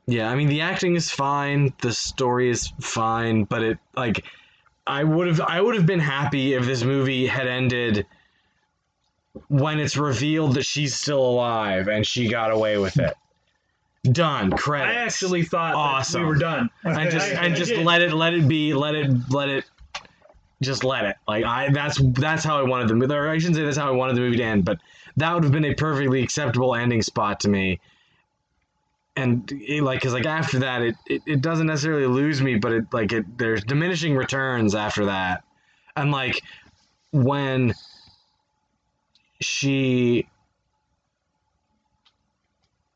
[SPEAKER 2] yeah, I mean the acting is fine, the story is fine, but it like I would have I would have been happy if this movie had ended when it's revealed that she's still alive and she got away with it. Done.
[SPEAKER 4] I
[SPEAKER 2] Credits.
[SPEAKER 4] actually thought that
[SPEAKER 2] Awesome.
[SPEAKER 4] we were done.
[SPEAKER 2] and just
[SPEAKER 4] I-
[SPEAKER 2] and
[SPEAKER 4] I
[SPEAKER 2] just
[SPEAKER 4] did.
[SPEAKER 2] let it let it be let it let it just let it like I that's that's how I wanted the movie or I shouldn't say that's how I wanted the movie to end but that would have been a perfectly acceptable ending spot to me and it, like because like after that it, it it doesn't necessarily lose me but it like it there's diminishing returns after that and like when she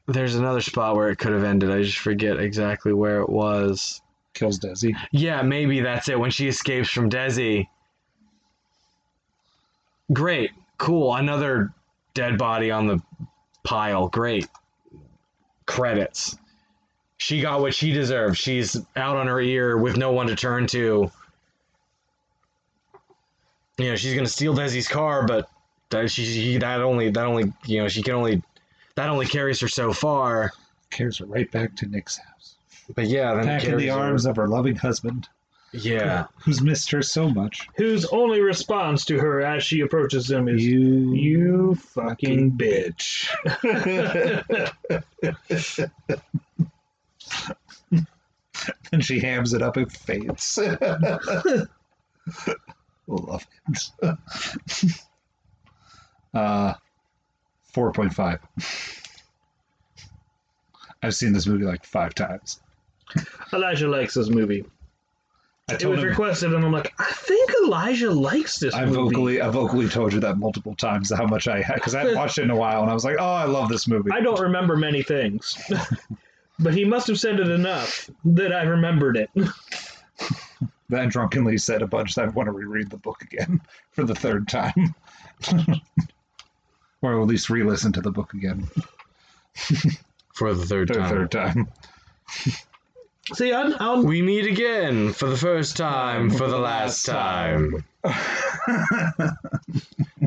[SPEAKER 2] there's another spot where it could have ended i just forget exactly where it was
[SPEAKER 1] Kills Desi.
[SPEAKER 2] yeah maybe that's it when she escapes from desi great cool another dead body on the pile great credits she got what she deserved she's out on her ear with no one to turn to you know she's gonna steal desi's car but that she- she that only that only you know she can only that only carries her so far
[SPEAKER 1] Carries her right back to Nick's house.
[SPEAKER 2] but yeah then it
[SPEAKER 1] Back in
[SPEAKER 2] carries
[SPEAKER 1] the
[SPEAKER 2] her-
[SPEAKER 1] arms of her loving husband,
[SPEAKER 2] yeah
[SPEAKER 1] who's missed her so much.
[SPEAKER 4] Whose only response to her as she approaches him is
[SPEAKER 1] You,
[SPEAKER 4] You fucking bitch.
[SPEAKER 1] and she hams it up and faints. Love hams. uh, 4.5. I've seen this movie like five times.
[SPEAKER 4] Elijah likes this movie.
[SPEAKER 1] I
[SPEAKER 4] It
[SPEAKER 1] told
[SPEAKER 4] was
[SPEAKER 1] him
[SPEAKER 4] requested, and I'm like, I think Elijah likes this
[SPEAKER 1] I
[SPEAKER 4] movie.
[SPEAKER 1] vocally, I vocally told you that multiple times how much I had because I hadn't watched it in a while, and I was like, "Oh, I love this movie."
[SPEAKER 4] I don't remember many things, but he must have said it enough that I remembered it.
[SPEAKER 1] Then drunkenly said a bunch that I want to reread the book again for the third time. or at least re-listen to the book again
[SPEAKER 2] for the third
[SPEAKER 1] for the
[SPEAKER 2] time.
[SPEAKER 1] third time.
[SPEAKER 3] See, I'm, I'm
[SPEAKER 2] We meet again for the first time, for the last time.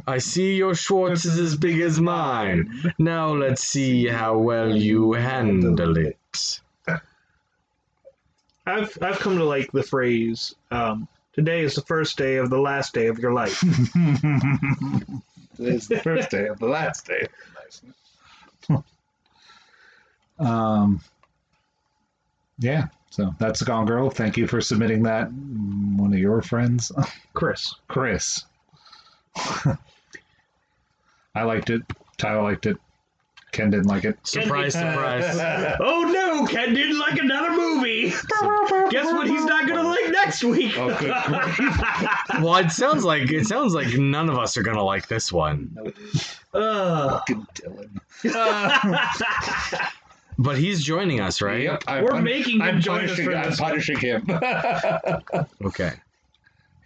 [SPEAKER 2] I see your Schwartz is as big as mine. Now let's see how well you handle it.
[SPEAKER 3] I've I've come to like the phrase um, today is the first day of the last day of your life.
[SPEAKER 1] Today's the first day of the last day. Nice. um, yeah. So that's Gone Girl. Thank you for submitting that. Mm, One of your friends,
[SPEAKER 3] Chris,
[SPEAKER 1] Chris. I liked it. Tyler liked it. Ken didn't like it.
[SPEAKER 2] Surprise, surprise.
[SPEAKER 3] oh no, Ken didn't like another movie. Guess what? He's not gonna like next week.
[SPEAKER 1] Oh, good
[SPEAKER 2] Well, it sounds like it sounds like none of us are gonna like this one.
[SPEAKER 3] Ugh.
[SPEAKER 1] Fucking Dylan.
[SPEAKER 2] But he's joining us, right?
[SPEAKER 1] Yep, I'm
[SPEAKER 3] We're making him
[SPEAKER 1] I'm
[SPEAKER 3] join us
[SPEAKER 1] punishing,
[SPEAKER 3] for
[SPEAKER 1] I'm
[SPEAKER 3] this.
[SPEAKER 1] punishing him.
[SPEAKER 2] Okay.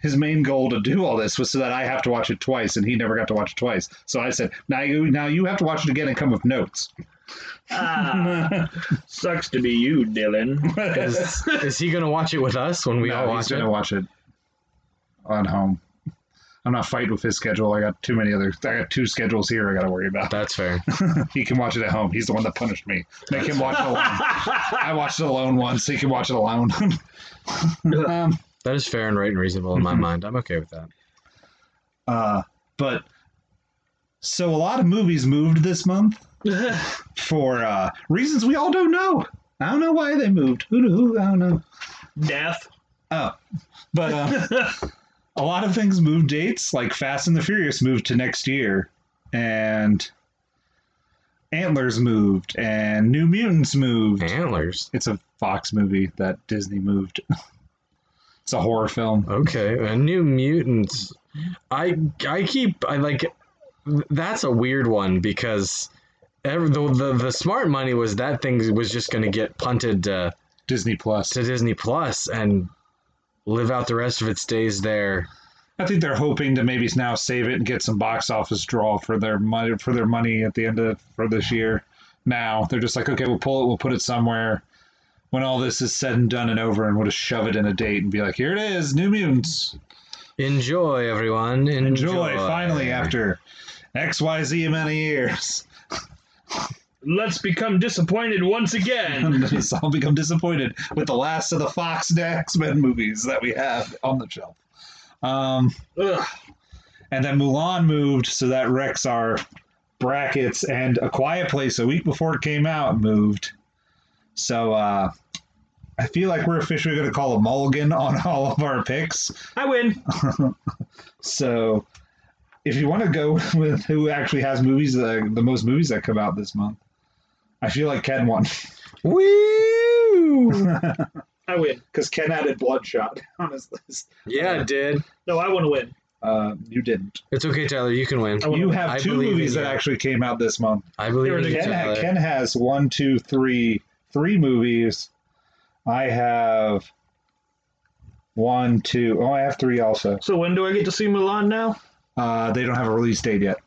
[SPEAKER 1] His main goal to do all this was so that I have to watch it twice, and he never got to watch it twice. So I said, "Now you, now you have to watch it again and come with notes."
[SPEAKER 3] Ah. sucks to be you, Dylan.
[SPEAKER 2] Is, is he gonna watch it with us when we
[SPEAKER 1] no,
[SPEAKER 2] all
[SPEAKER 1] he's
[SPEAKER 2] watch it?
[SPEAKER 1] gonna watch it on home. I'm not fighting with his schedule. I got too many other. I got two schedules here. I got to worry about.
[SPEAKER 2] That's fair.
[SPEAKER 1] He can watch it at home. He's the one that punished me. Make him watch it alone. I watched it alone once. He can watch it alone. um,
[SPEAKER 2] That is fair and right and reasonable in my
[SPEAKER 1] Mhm.
[SPEAKER 2] mind. I'm okay with that.
[SPEAKER 1] Uh, but so a lot of movies moved this month for uh, reasons we all don't know. I don't know why they moved. Who, who I don't know.
[SPEAKER 3] Death.
[SPEAKER 1] Oh, but uh, a lot of things moved dates. Like Fast and the Furious moved to next year, and Antlers moved, and New Mutants moved.
[SPEAKER 2] Mm-hmm. Antlers.
[SPEAKER 1] It's a Fox movie that Disney moved. it's a horror film.
[SPEAKER 2] Okay, a new mutants. I I keep I like that's a weird one because ev the, the the smart money was that thing was just going to get punted to,
[SPEAKER 1] Disney Plus.
[SPEAKER 2] to Disney Plus and live out the rest of its days there.
[SPEAKER 1] I think they're hoping to maybe now save it and get some box office draw for their money for their money at the end of for this year. Now they're just like, okay, we'll pull it, we'll put it somewhere. When all this is said and done and over, and we'll just shove it in a date and be like, here it is, New Mutants.
[SPEAKER 2] Enjoy everyone.
[SPEAKER 1] Enjoy,
[SPEAKER 2] Enjoy,
[SPEAKER 1] finally after X Y Z amount of years.
[SPEAKER 3] Let's become disappointed once again.
[SPEAKER 1] And it's all become disappointed with the last of the Fox X Men movies that we have on the shelf. Um,
[SPEAKER 3] Ugh.
[SPEAKER 1] And then Mulan moved, so that wrecks our brackets. And A Quiet Place, a week before it came out, moved. So uh, I feel like we're officially going to call a mulligan on all of our picks.
[SPEAKER 3] I win.
[SPEAKER 1] So if you want to go with who actually has movies, the, the most movies that come out this month, I feel like Ken won.
[SPEAKER 2] Woo!
[SPEAKER 3] I win.
[SPEAKER 1] Because Ken added Bloodshot on his list.
[SPEAKER 2] Yeah, it did.
[SPEAKER 3] No, I want to win.
[SPEAKER 1] Uh, you didn't.
[SPEAKER 2] It's okay, Tyler. You can win.
[SPEAKER 3] I wanna
[SPEAKER 1] You
[SPEAKER 3] win.
[SPEAKER 1] have
[SPEAKER 2] I
[SPEAKER 1] two
[SPEAKER 2] believe in
[SPEAKER 1] movies that
[SPEAKER 2] you.
[SPEAKER 1] actually came out this month.
[SPEAKER 2] I believe in you,
[SPEAKER 1] Ken, ha-
[SPEAKER 2] Tyler.
[SPEAKER 1] Ken has one, two, three, three movies. I have one, two. Oh, I have three also.
[SPEAKER 3] So when do I get to see Milan now?
[SPEAKER 1] Uh, they don't have a release date yet.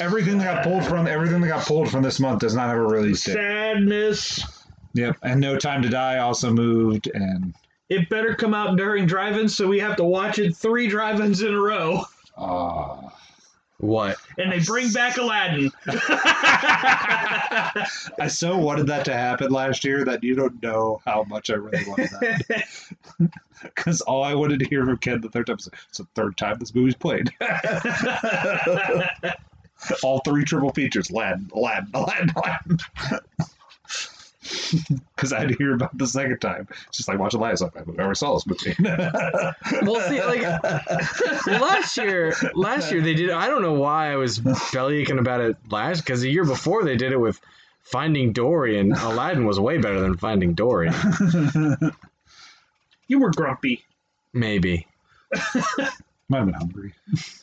[SPEAKER 1] Everything that got pulled from everything that got pulled from this month does not have a release date.
[SPEAKER 3] Sadness.
[SPEAKER 1] Yep, and No Time to Die also moved, and
[SPEAKER 3] It better come out during drive-ins, so we have to watch it three drive-ins in a row.
[SPEAKER 1] uh,
[SPEAKER 2] What?
[SPEAKER 3] And they bring back Aladdin.
[SPEAKER 1] I so wanted that to happen last year that you don't know how much I really wanted that. Because all I wanted to hear from Ken the third time was, it's the third time this movie's played. all three triple features, Aladdin, Aladdin, Aladdin, Aladdin. Because I had to hear about it the second time. It's just like watching last time. I never saw this movie.
[SPEAKER 2] Well, see, like last year, last year they did. I don't know why I was bellyaching about it last because the year before they did it with Finding Dory, and Aladdin was way better than Finding Dory.
[SPEAKER 3] you were grumpy.
[SPEAKER 2] Maybe
[SPEAKER 1] Might have been hungry.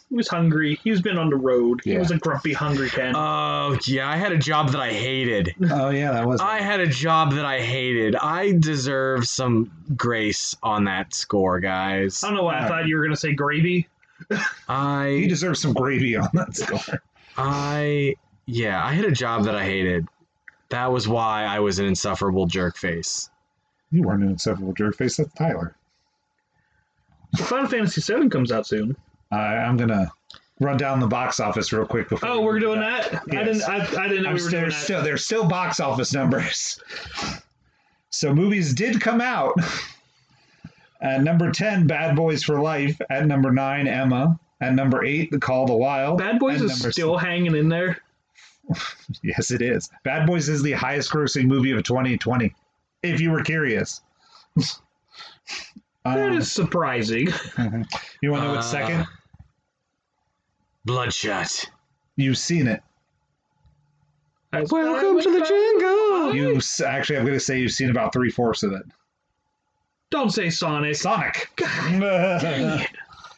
[SPEAKER 3] He was hungry. He's been on the road. He
[SPEAKER 1] Yeah.
[SPEAKER 3] was a grumpy, hungry Ken.
[SPEAKER 2] Oh yeah, I had a job that I hated.
[SPEAKER 1] Oh, yeah, that was.
[SPEAKER 2] I had a job that I hated. I deserve some grace on that score, guys.
[SPEAKER 3] I don't know why I
[SPEAKER 1] Alright.
[SPEAKER 3] thought you were going to say gravy.
[SPEAKER 1] He
[SPEAKER 2] I
[SPEAKER 1] deserves some gravy on that score.
[SPEAKER 2] I yeah, I had a job that I hated. That was why I was an insufferable jerk face.
[SPEAKER 1] You weren't an insufferable jerk face. That's Tyler.
[SPEAKER 4] Final Fantasy VII comes out soon.
[SPEAKER 1] Uh, I'm gonna run down the box office real quick before.
[SPEAKER 4] Oh,
[SPEAKER 1] we
[SPEAKER 4] we're
[SPEAKER 1] do
[SPEAKER 4] doing that. I didn't. I, I didn't know
[SPEAKER 1] I'm
[SPEAKER 4] we were doing
[SPEAKER 1] there's
[SPEAKER 4] that.
[SPEAKER 1] still there's still box office numbers. So movies did come out. At number ten, Bad Boys for Life. At number nine, Emma. At number eight, The Call of the Wild.
[SPEAKER 4] Bad Boys
[SPEAKER 1] At
[SPEAKER 4] is
[SPEAKER 1] number
[SPEAKER 4] still hanging in there.
[SPEAKER 1] Yes, it is. Bad Boys is the highest grossing movie of 2020, if you were curious.
[SPEAKER 4] That
[SPEAKER 1] Um,
[SPEAKER 4] is surprising.
[SPEAKER 1] You want to know what's
[SPEAKER 2] Uh,
[SPEAKER 1] second?
[SPEAKER 2] Bloodshot.
[SPEAKER 1] You've seen it.
[SPEAKER 2] Welcome to the jungle.
[SPEAKER 1] You s- actually, I'm going to say you've seen about three fourths of it.
[SPEAKER 4] Don't say Sonic.
[SPEAKER 1] Sonic.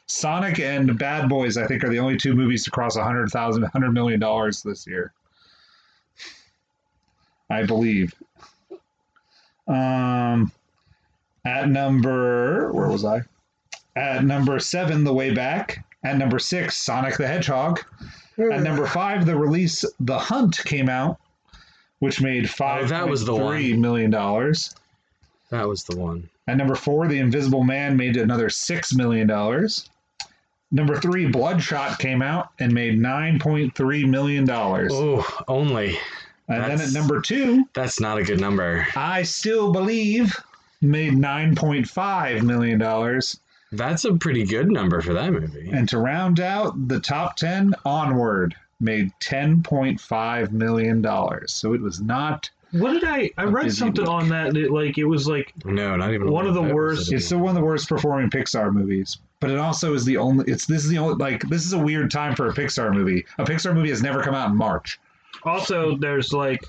[SPEAKER 1] Sonic and Bad Boys, I think, are the only two movies to cross 100000 $100 million dollars this year. I believe. Um, at number, where was I? At number seven, The Way Back. At number six, Sonic the Hedgehog. At number five, the release The Hunt came out, which made
[SPEAKER 2] Oh,
[SPEAKER 1] five
[SPEAKER 2] that was the one.
[SPEAKER 1] three million dollars.
[SPEAKER 2] That was the one.
[SPEAKER 1] At number four, The Invisible Man made another six million dollars. Number three, Bloodshot came out and made nine point three million dollars.
[SPEAKER 2] Oh, only.
[SPEAKER 1] and then at
[SPEAKER 2] that's-
[SPEAKER 1] number two,
[SPEAKER 2] That's not a good number.
[SPEAKER 1] I Still Believe made nine point five million dollars.
[SPEAKER 2] That's a pretty good number for that movie.
[SPEAKER 1] And to round out the top ten, Onward made ten point five million dollars. So it was not
[SPEAKER 4] What did I? I read
[SPEAKER 1] busy
[SPEAKER 4] something
[SPEAKER 1] week.
[SPEAKER 4] on that. That like it was like
[SPEAKER 2] No, not even a
[SPEAKER 4] One
[SPEAKER 2] little
[SPEAKER 4] of the
[SPEAKER 2] bit.
[SPEAKER 4] worst-
[SPEAKER 1] It's still one of the worst performing Pixar movies, but it also is the only. It's this is the only like this is a weird time for a Pixar movie. A Pixar movie has never come out in March,
[SPEAKER 4] also there's like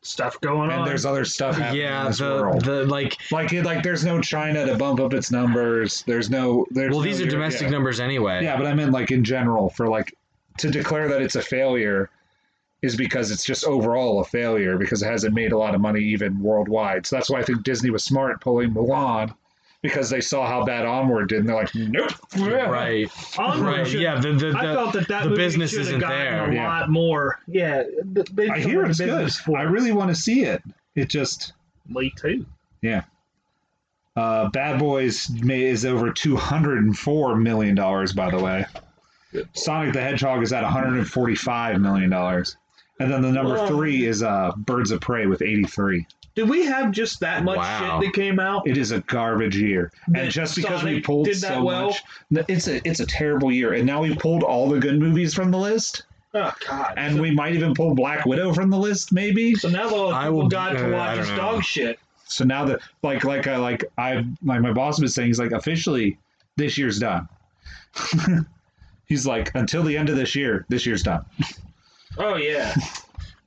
[SPEAKER 4] stuff going
[SPEAKER 1] and
[SPEAKER 4] on.
[SPEAKER 1] there's other stuff happening in
[SPEAKER 2] Oh, Yeah,
[SPEAKER 1] this
[SPEAKER 2] the,
[SPEAKER 1] world.
[SPEAKER 2] the like.
[SPEAKER 1] like it, like there's no China to bump up its numbers. There's no. There's
[SPEAKER 2] Well, these
[SPEAKER 1] no
[SPEAKER 2] are
[SPEAKER 1] Europe-
[SPEAKER 2] domestic
[SPEAKER 1] yeah.
[SPEAKER 2] numbers anyway.
[SPEAKER 1] Yeah, but I meant like in general for like to declare that it's a failure is because it's just overall a failure because it hasn't made a lot of money even worldwide. So that's why I think Disney was smart pulling Mulan because they saw how bad Onward did and they're like, nope.
[SPEAKER 2] Right.
[SPEAKER 4] Onward
[SPEAKER 2] right.
[SPEAKER 4] should-
[SPEAKER 2] Yeah. The, the,
[SPEAKER 4] I
[SPEAKER 2] the-
[SPEAKER 4] felt that that
[SPEAKER 2] the
[SPEAKER 4] movie
[SPEAKER 2] business
[SPEAKER 4] should have
[SPEAKER 2] isn't
[SPEAKER 4] gotten
[SPEAKER 2] there.
[SPEAKER 4] A
[SPEAKER 1] Yeah.
[SPEAKER 4] lot more. Yeah, th- they
[SPEAKER 1] I
[SPEAKER 4] should
[SPEAKER 1] hear
[SPEAKER 4] have
[SPEAKER 1] it's
[SPEAKER 4] been
[SPEAKER 1] good.
[SPEAKER 4] this for-
[SPEAKER 1] I really want to see it. It just
[SPEAKER 4] Me too.
[SPEAKER 1] uh, Bad Boys may, is over two hundred and four million dollars. By the way, Sonic the Hedgehog is at one hundred and forty-five million dollars, and then the number
[SPEAKER 4] Whoa.
[SPEAKER 1] three is uh, Birds of Prey with eighty-three.
[SPEAKER 4] Did we have just that much
[SPEAKER 2] Wow.
[SPEAKER 4] shit that came out?
[SPEAKER 1] It is a garbage year,
[SPEAKER 4] That
[SPEAKER 1] and just because we
[SPEAKER 4] Sonic
[SPEAKER 1] pulled
[SPEAKER 4] did that
[SPEAKER 1] so
[SPEAKER 4] well?
[SPEAKER 1] much, no, it's a it's a terrible year. And now we pulled all the good movies from the list,
[SPEAKER 4] Oh God!
[SPEAKER 1] and we might even pull Black Widow from the list, maybe.
[SPEAKER 4] so now all
[SPEAKER 2] I
[SPEAKER 4] people
[SPEAKER 2] will-
[SPEAKER 4] got
[SPEAKER 2] uh,
[SPEAKER 4] to
[SPEAKER 2] I
[SPEAKER 4] watch
[SPEAKER 2] don't
[SPEAKER 4] is
[SPEAKER 2] know.
[SPEAKER 4] dog shit.
[SPEAKER 1] So now that like like I like I like my boss was saying, he's like officially this year's done. he's like until the end of this year, this year's done.
[SPEAKER 4] Oh yeah.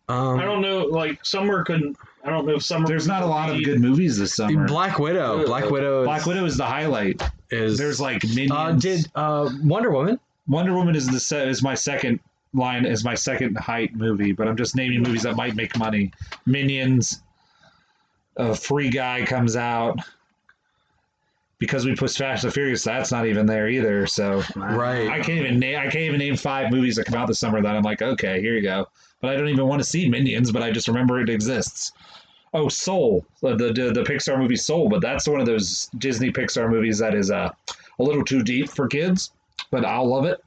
[SPEAKER 2] um,
[SPEAKER 4] I don't know. Like summer couldn't. I don't know if summer.
[SPEAKER 1] There's not a lot of
[SPEAKER 4] could
[SPEAKER 1] good movies this summer. Black,
[SPEAKER 2] Black Widow. Black Widow. is-
[SPEAKER 1] Widow is the highlight.
[SPEAKER 2] is
[SPEAKER 1] There's like Minions.
[SPEAKER 2] Uh, did uh, Wonder Woman?
[SPEAKER 1] Wonder Woman is the se- is my second line is my second height movie, but I'm just naming movies that might make money. Minions, a Free Guy comes out. Because we pushed Fast and Furious, that's not even there either. So
[SPEAKER 2] Right.
[SPEAKER 1] I can't even name I can't even name five movies that come out this summer that I'm like, okay, here you go. But I don't even want to see Minions, but I just remember it exists. Oh, Soul, the the, the Pixar movie Soul, but that's one of those Disney Pixar movies that is uh, a little too deep for kids, but I'll love it.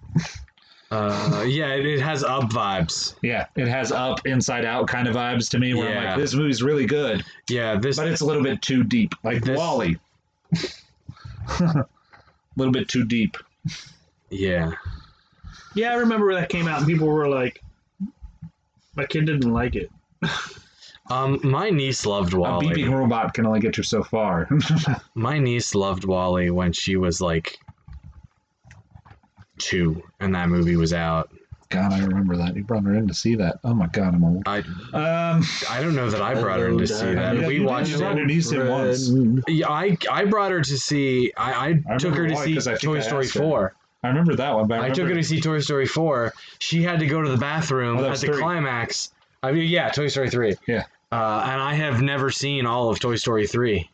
[SPEAKER 2] Uh, yeah, it, it has up vibes.
[SPEAKER 1] Yeah, it has up inside out kind of vibes to me where I'm
[SPEAKER 2] Yeah.
[SPEAKER 1] like, this movie's really good,
[SPEAKER 2] Yeah, this.
[SPEAKER 1] but it's a little bit too deep. Like
[SPEAKER 2] This-
[SPEAKER 1] Wally. a little bit too deep.
[SPEAKER 2] yeah,
[SPEAKER 4] Yeah, I remember when that came out, and people were like, "My kid didn't like it."
[SPEAKER 2] um, my niece loved
[SPEAKER 1] A
[SPEAKER 2] Wally.
[SPEAKER 1] beeping robot can only get you so far.
[SPEAKER 2] My niece loved Wally when she was like two, and that movie was out.
[SPEAKER 1] God, I remember that. You brought her in to see that. Oh my God, I'm old.
[SPEAKER 2] I
[SPEAKER 1] Um,
[SPEAKER 2] I don't know that I brought her in to see
[SPEAKER 1] yeah,
[SPEAKER 2] that.
[SPEAKER 1] you
[SPEAKER 2] We
[SPEAKER 1] did.
[SPEAKER 2] watched
[SPEAKER 1] You brought
[SPEAKER 2] it.
[SPEAKER 1] her niece in once.
[SPEAKER 2] Yeah, I I brought her to see. I, I,
[SPEAKER 1] I
[SPEAKER 2] took her
[SPEAKER 1] remember why,
[SPEAKER 2] to see
[SPEAKER 1] 'cause I think
[SPEAKER 2] Toy
[SPEAKER 1] I
[SPEAKER 2] Story
[SPEAKER 1] asked her.
[SPEAKER 2] Four.
[SPEAKER 1] I remember that one, but I,
[SPEAKER 2] I,
[SPEAKER 1] remember,
[SPEAKER 2] took her to see Toy Story Four. She had to go to the
[SPEAKER 1] Oh,
[SPEAKER 2] bathroom
[SPEAKER 1] that
[SPEAKER 2] at
[SPEAKER 1] was
[SPEAKER 2] the
[SPEAKER 1] three.
[SPEAKER 2] climax. I mean, yeah, Toy Story Three.
[SPEAKER 1] Yeah.
[SPEAKER 2] Uh, and I have never seen all of Toy Story Three.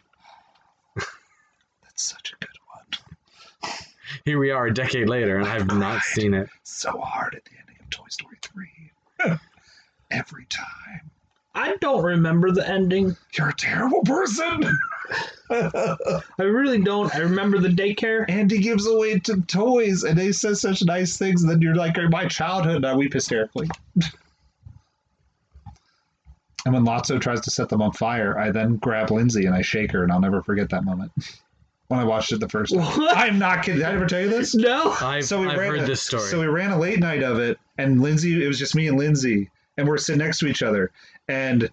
[SPEAKER 1] That's such a good one.
[SPEAKER 2] Here we are a decade later, and I've not seen it.
[SPEAKER 1] So hard at the ending of Toy Story 3.
[SPEAKER 3] I don't remember the ending.
[SPEAKER 1] You're a terrible person.
[SPEAKER 3] I really don't. I remember the daycare.
[SPEAKER 1] Andy gives away to toys, and they say such nice things. And then you're like, my childhood, and I weep hysterically. and when Lotso tries to set them on fire, I then grab Lindsay and I shake her, and I'll never forget that moment. when I watched it the first time.
[SPEAKER 3] What?
[SPEAKER 1] I'm not kidding. Did I ever tell you this?
[SPEAKER 3] No.
[SPEAKER 2] I've, I've
[SPEAKER 1] ran
[SPEAKER 2] heard
[SPEAKER 1] a-
[SPEAKER 2] this story.
[SPEAKER 1] So we ran a late night of it, and Lindsay, it was just me and Lindsay, and we're sitting next to each other, and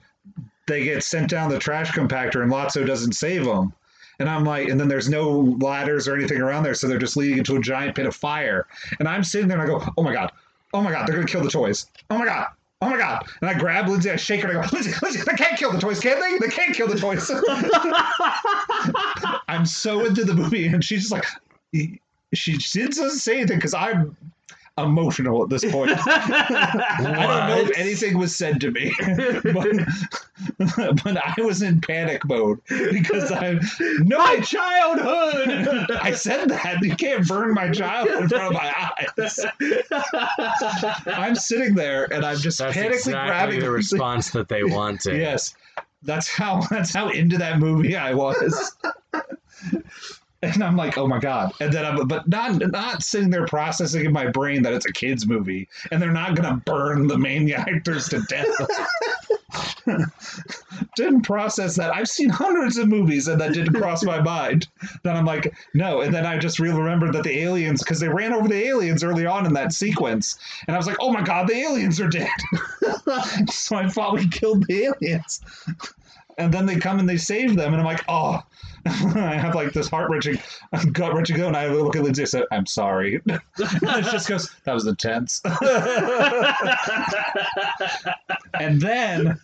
[SPEAKER 1] they get sent down the trash compactor, and Lotso doesn't save them. And I'm like, and then there's no ladders or anything around there, so they're just leading into a giant pit of fire. And I'm sitting there and I go, oh my God, oh my God, they're going to kill the toys. Oh my God, oh my God. And I grab Lindsay, I shake her, and I go, Lindsay, Lindsay, they can't kill the toys, can they? They can't kill the toys. I'm so into the movie, and she's just like, she did doesn't say anything because I'm emotional at this point. I don't know if
[SPEAKER 2] What?
[SPEAKER 1] anything was said to me, but, but I was in panic mode because I no,
[SPEAKER 3] My
[SPEAKER 1] I,
[SPEAKER 3] childhood.
[SPEAKER 1] I said that you can't burn my child in front of my eyes. I'm sitting there and I'm just
[SPEAKER 2] That's
[SPEAKER 1] panically
[SPEAKER 2] exactly
[SPEAKER 1] grabbing
[SPEAKER 2] the response that they wanted.
[SPEAKER 1] Yes, that's how that's how into that movie I was. and I'm like, oh my god! And then I'm but not not sitting there processing in my brain that it's a kids movie and they're not gonna burn the main actors to death. didn't process that. I've seen hundreds of movies and that didn't cross my mind. Then I'm like, no. And then I just really remembered that the aliens, because they ran over the aliens early on in that sequence. And I was like, oh my God, the aliens are dead. so I thought we killed the aliens. And then they come and they save them. And I'm like, oh. I have like this heart wrenching, gut wrenching go. And I look at Lindsay and say, I'm sorry. and it just goes, that was intense. and then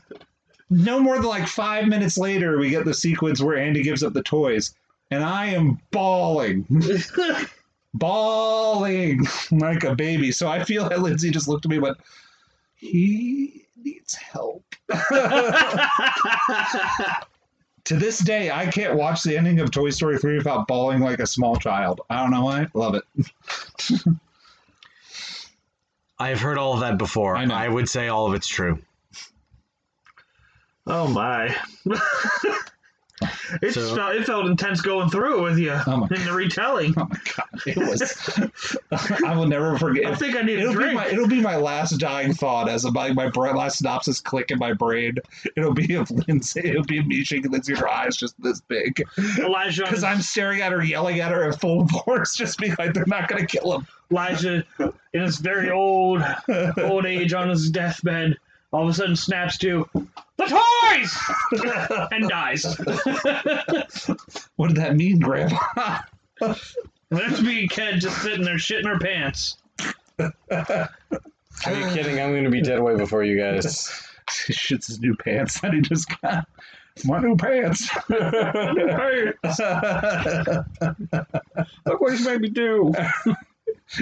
[SPEAKER 1] no more than like five minutes later, we get the sequence where Andy gives up the toys, and I am bawling, bawling like a baby. So I feel that Lindsay just looked at me, and went, "He needs help." to this day, I can't watch the ending of Toy Story three without bawling like a small child. I don't know why. Love it.
[SPEAKER 2] I've heard all of that before.
[SPEAKER 1] I know.
[SPEAKER 2] I would say all of it's true.
[SPEAKER 3] oh my. it
[SPEAKER 2] So-
[SPEAKER 3] felt it felt intense going through it with you
[SPEAKER 1] Oh my
[SPEAKER 3] in the retelling.
[SPEAKER 1] Oh my god! It was. I will never forget.
[SPEAKER 3] I think I need a
[SPEAKER 1] It'll be
[SPEAKER 3] drink.
[SPEAKER 1] my it'll be my last dying thought as my my brain, last synopsis click in my brain. It'll be of Lindsay. It'll be of me shaking Lindsay. Her eyes just this big
[SPEAKER 3] Elijah,
[SPEAKER 1] because I'm staring at her, yelling at her in full force, just being like, "They're not gonna kill him."
[SPEAKER 3] Elijah, in his very old old age on his deathbed, all of a sudden snaps to the toys and dies.
[SPEAKER 1] What did that mean, Grandpa?
[SPEAKER 3] That's me, kid, just sitting there shitting her pants.
[SPEAKER 2] Are you kidding? I'm going to be dead way before you guys.
[SPEAKER 1] She shits his new pants that he just got. My new pants.
[SPEAKER 3] Hey, look what he's made me do.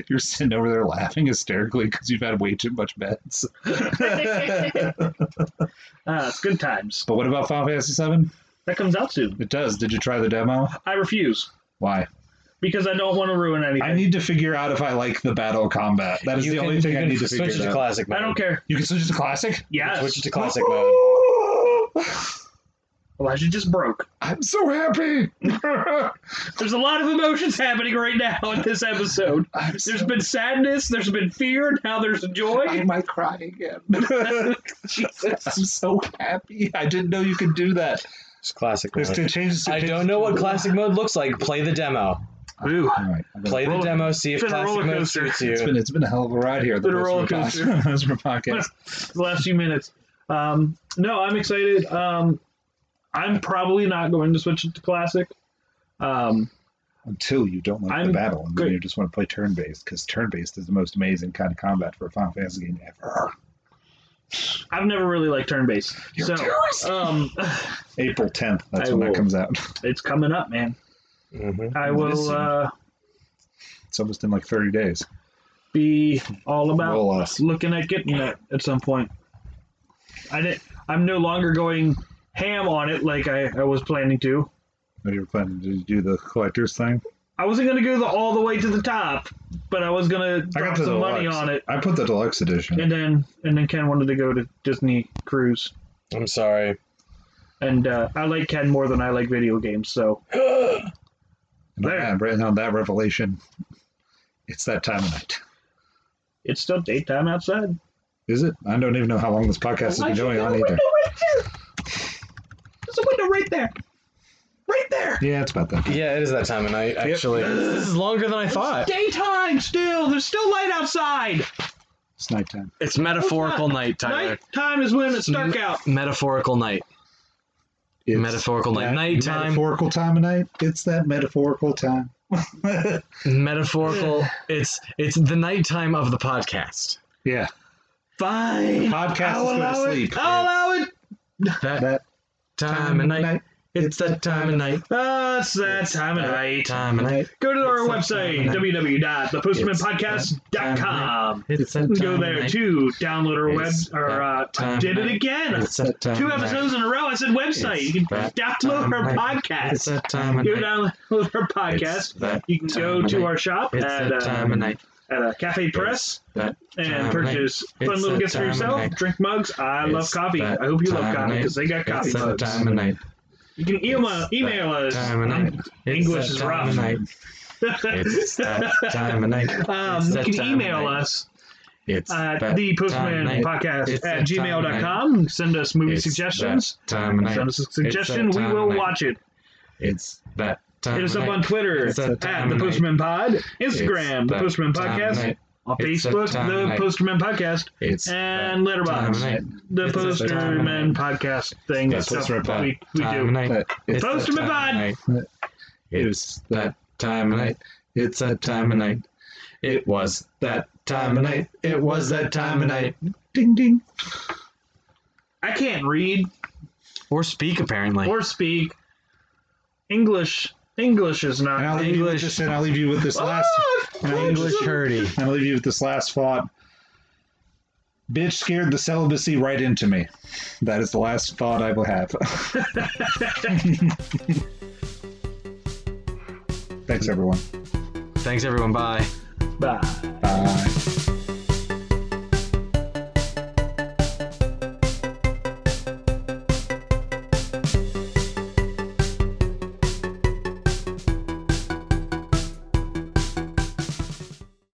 [SPEAKER 1] You're sitting over there laughing hysterically because you've had way too much meds.
[SPEAKER 3] Ah, it's good times.
[SPEAKER 1] But what about Final Fantasy VII?
[SPEAKER 3] That comes out soon.
[SPEAKER 1] It does. Did you try the demo?
[SPEAKER 3] I refuse
[SPEAKER 1] Why?
[SPEAKER 3] because I don't want to ruin anything.
[SPEAKER 1] I
[SPEAKER 3] I,
[SPEAKER 1] need to figure out if I like the battle combat. That is the only thing I need to
[SPEAKER 2] switch
[SPEAKER 1] figure
[SPEAKER 2] to
[SPEAKER 1] out.
[SPEAKER 2] classic mode.
[SPEAKER 3] don't care.
[SPEAKER 1] you can switch it to classic.
[SPEAKER 3] Yes.
[SPEAKER 2] Switch it to classic mode.
[SPEAKER 3] Elijah just broke.
[SPEAKER 1] I'm so happy.
[SPEAKER 3] There's a lot of emotions happening right now in this episode.
[SPEAKER 1] I'm so,
[SPEAKER 3] There's been sadness, there's been fear, now there's
[SPEAKER 1] I
[SPEAKER 3] joy.
[SPEAKER 1] might cry again. Jesus, I'm so happy. I didn't know you could do that.
[SPEAKER 2] It's classic
[SPEAKER 1] There's
[SPEAKER 2] mode.
[SPEAKER 1] to change.
[SPEAKER 2] I don't know what classic mode looks like. Play the demo.
[SPEAKER 3] Ooh.
[SPEAKER 1] All right, I'm gonna-
[SPEAKER 2] Play the
[SPEAKER 3] Roller-
[SPEAKER 2] demo. See if
[SPEAKER 3] Been a
[SPEAKER 2] classic
[SPEAKER 3] roller
[SPEAKER 2] mode
[SPEAKER 3] coaster.
[SPEAKER 2] suits
[SPEAKER 1] It's
[SPEAKER 2] you.
[SPEAKER 1] been it's been a hell of a ride here. at The
[SPEAKER 3] Been a roller coaster.
[SPEAKER 1] Roser podcast.
[SPEAKER 3] The last few minutes. Um, no, I'm excited. Um, I'm probably not going to switch it to classic. Um,
[SPEAKER 1] until you don't like the
[SPEAKER 3] I'm
[SPEAKER 1] battle, and
[SPEAKER 3] good.
[SPEAKER 1] then you just want to play turn based because turn based is the most amazing kind of combat for a Final Fantasy game ever.
[SPEAKER 3] I've never really liked turn based.
[SPEAKER 1] You're
[SPEAKER 3] So
[SPEAKER 1] a terrorist.
[SPEAKER 3] um,
[SPEAKER 1] April 10th, that's
[SPEAKER 3] I
[SPEAKER 1] when
[SPEAKER 3] will-
[SPEAKER 1] that comes out.
[SPEAKER 3] it's coming up, man.
[SPEAKER 2] Mhm.
[SPEAKER 3] I
[SPEAKER 1] It is
[SPEAKER 3] will
[SPEAKER 1] soon.
[SPEAKER 3] uh,
[SPEAKER 1] It's almost in like 30 days.
[SPEAKER 3] be all about
[SPEAKER 1] Roll us.
[SPEAKER 3] looking at getting it at some point. I didn't, I'm no longer going ham on it like I, I was planning to.
[SPEAKER 1] What are you planning to do? The collector's thing?
[SPEAKER 3] I wasn't going to go the, all the way to the top, but I was going to
[SPEAKER 1] I got
[SPEAKER 3] drop
[SPEAKER 1] the
[SPEAKER 3] some money
[SPEAKER 1] deluxe.
[SPEAKER 3] on it.
[SPEAKER 1] I put the deluxe edition.
[SPEAKER 3] And then and then Ken wanted to go to Disney Cruise.
[SPEAKER 2] I'm sorry.
[SPEAKER 4] And uh, I like Ken more than I like video games, so
[SPEAKER 1] There. Man, written on that revelation, it's that time of night.
[SPEAKER 4] it's still daytime outside.
[SPEAKER 1] Is it? I don't even know how long this podcast has been going on either.
[SPEAKER 4] There's a window right there. Right there.
[SPEAKER 1] Yeah, it's about that.
[SPEAKER 2] Yeah, it is that time of night. Actually, this is longer than I thought.
[SPEAKER 4] Daytime still. There's still light outside.
[SPEAKER 1] It's nighttime.
[SPEAKER 2] It's metaphorical night, Tyler.
[SPEAKER 4] Nighttime is when it's dark out.
[SPEAKER 2] Metaphorical night.
[SPEAKER 1] It's
[SPEAKER 2] metaphorical night.
[SPEAKER 1] that
[SPEAKER 2] Nighttime.
[SPEAKER 1] Metaphorical time of night. It's that metaphorical time.
[SPEAKER 2] metaphorical. it's it's the nighttime of the podcast.
[SPEAKER 1] yeah.
[SPEAKER 4] Fine.
[SPEAKER 1] Podcast is going to sleep.
[SPEAKER 4] I'll allow it.
[SPEAKER 2] That,
[SPEAKER 1] That
[SPEAKER 2] time of night. It's that time of night.
[SPEAKER 4] Uh, it's that time of night.
[SPEAKER 2] Time of night.
[SPEAKER 4] Go to our
[SPEAKER 2] It's that
[SPEAKER 4] website,
[SPEAKER 2] time of
[SPEAKER 4] www.thepostmanpodcast.com.
[SPEAKER 2] It's that time
[SPEAKER 4] Go
[SPEAKER 2] of
[SPEAKER 4] there
[SPEAKER 2] night.
[SPEAKER 4] too. Download our web.
[SPEAKER 2] It's
[SPEAKER 4] Or, uh,
[SPEAKER 2] that time
[SPEAKER 4] I
[SPEAKER 2] of
[SPEAKER 4] did it
[SPEAKER 2] night.
[SPEAKER 4] again.
[SPEAKER 2] It's that time
[SPEAKER 4] Two
[SPEAKER 2] of night.
[SPEAKER 4] episodes in a row. I said website.
[SPEAKER 2] It's
[SPEAKER 4] You can
[SPEAKER 2] that
[SPEAKER 4] download
[SPEAKER 2] time
[SPEAKER 4] our
[SPEAKER 2] of night. It's
[SPEAKER 4] podcast.
[SPEAKER 2] that time of
[SPEAKER 4] Go
[SPEAKER 2] night.
[SPEAKER 4] download our
[SPEAKER 2] It's
[SPEAKER 4] podcast.
[SPEAKER 2] that
[SPEAKER 4] You can go
[SPEAKER 2] time of
[SPEAKER 4] to
[SPEAKER 2] night.
[SPEAKER 4] our shop
[SPEAKER 2] It's
[SPEAKER 4] at,
[SPEAKER 2] that
[SPEAKER 4] uh,
[SPEAKER 2] time of night.
[SPEAKER 4] at uh, Cafe Press
[SPEAKER 2] That time
[SPEAKER 4] and
[SPEAKER 2] of
[SPEAKER 4] purchase
[SPEAKER 2] night.
[SPEAKER 4] fun
[SPEAKER 2] It's
[SPEAKER 4] little
[SPEAKER 2] that
[SPEAKER 4] gifts for
[SPEAKER 2] time of
[SPEAKER 4] yourself.
[SPEAKER 2] night.
[SPEAKER 4] Drink mugs. I love
[SPEAKER 2] It's
[SPEAKER 4] coffee.
[SPEAKER 2] that
[SPEAKER 4] I hope you
[SPEAKER 2] time
[SPEAKER 4] love
[SPEAKER 2] of
[SPEAKER 4] coffee
[SPEAKER 2] night.
[SPEAKER 4] because they got coffee
[SPEAKER 2] It's that
[SPEAKER 4] mugs.
[SPEAKER 2] time of night.
[SPEAKER 4] You can email,
[SPEAKER 2] It's
[SPEAKER 4] email
[SPEAKER 2] that
[SPEAKER 4] us.
[SPEAKER 2] Time of night. It's
[SPEAKER 4] English
[SPEAKER 2] that
[SPEAKER 4] is
[SPEAKER 2] time
[SPEAKER 4] rough.
[SPEAKER 2] of night. It's that time of night.
[SPEAKER 4] Um,
[SPEAKER 2] It's
[SPEAKER 4] you
[SPEAKER 2] that
[SPEAKER 4] can
[SPEAKER 2] time of
[SPEAKER 4] email
[SPEAKER 2] night.
[SPEAKER 4] us
[SPEAKER 2] It's
[SPEAKER 4] at
[SPEAKER 2] that
[SPEAKER 4] Uh,
[SPEAKER 2] time of
[SPEAKER 4] the postman
[SPEAKER 2] night.
[SPEAKER 4] podcast
[SPEAKER 2] It's
[SPEAKER 4] at
[SPEAKER 2] that time of night.
[SPEAKER 4] gmail.com. Send us movie
[SPEAKER 2] It's
[SPEAKER 4] suggestions.
[SPEAKER 2] that time of night.
[SPEAKER 4] Send us a
[SPEAKER 2] It's that
[SPEAKER 4] suggestion. We
[SPEAKER 2] time of
[SPEAKER 4] will
[SPEAKER 2] night.
[SPEAKER 4] watch it.
[SPEAKER 2] It's that time
[SPEAKER 4] Hit us
[SPEAKER 2] of
[SPEAKER 4] up
[SPEAKER 2] night.
[SPEAKER 4] on Twitter
[SPEAKER 2] It's that
[SPEAKER 4] at
[SPEAKER 2] time
[SPEAKER 4] the
[SPEAKER 2] of night.
[SPEAKER 4] Postman Pod, Instagram,
[SPEAKER 2] It's
[SPEAKER 4] the
[SPEAKER 2] that
[SPEAKER 4] Postman
[SPEAKER 2] time of
[SPEAKER 4] Podcast,
[SPEAKER 2] night.
[SPEAKER 4] on
[SPEAKER 2] It's that
[SPEAKER 4] Facebook,
[SPEAKER 2] time of
[SPEAKER 4] the
[SPEAKER 2] night.
[SPEAKER 4] Postman Podcast,
[SPEAKER 2] It's
[SPEAKER 4] and
[SPEAKER 2] that time of
[SPEAKER 4] Letterboxd,
[SPEAKER 2] night.
[SPEAKER 4] the
[SPEAKER 2] It's that time of
[SPEAKER 4] Postman
[SPEAKER 2] night.
[SPEAKER 4] Podcast thing.
[SPEAKER 1] Yeah,
[SPEAKER 4] and stuff
[SPEAKER 1] Postman Pod.
[SPEAKER 4] we, we
[SPEAKER 2] Time of
[SPEAKER 4] do.
[SPEAKER 2] night.
[SPEAKER 1] But
[SPEAKER 2] It's
[SPEAKER 4] Post
[SPEAKER 2] that
[SPEAKER 4] him a
[SPEAKER 2] time of night. It's that time of night. It's that time of night. It was that time of night. It was that time of night.
[SPEAKER 1] ding ding.
[SPEAKER 4] I can't read
[SPEAKER 2] Or speak apparently.
[SPEAKER 4] or speak English. English is
[SPEAKER 1] And I'll
[SPEAKER 4] not.
[SPEAKER 1] leave you with
[SPEAKER 2] English. Ah,
[SPEAKER 1] this, and I'll leave you with this last. and I'll leave you-
[SPEAKER 2] hurdy.
[SPEAKER 1] and I'll leave you with this last thought. Bitch scared the celibacy right into me. That is the last thought I will have. Thanks, everyone.
[SPEAKER 2] Thanks everyone. Bye.
[SPEAKER 4] Bye.
[SPEAKER 1] Bye.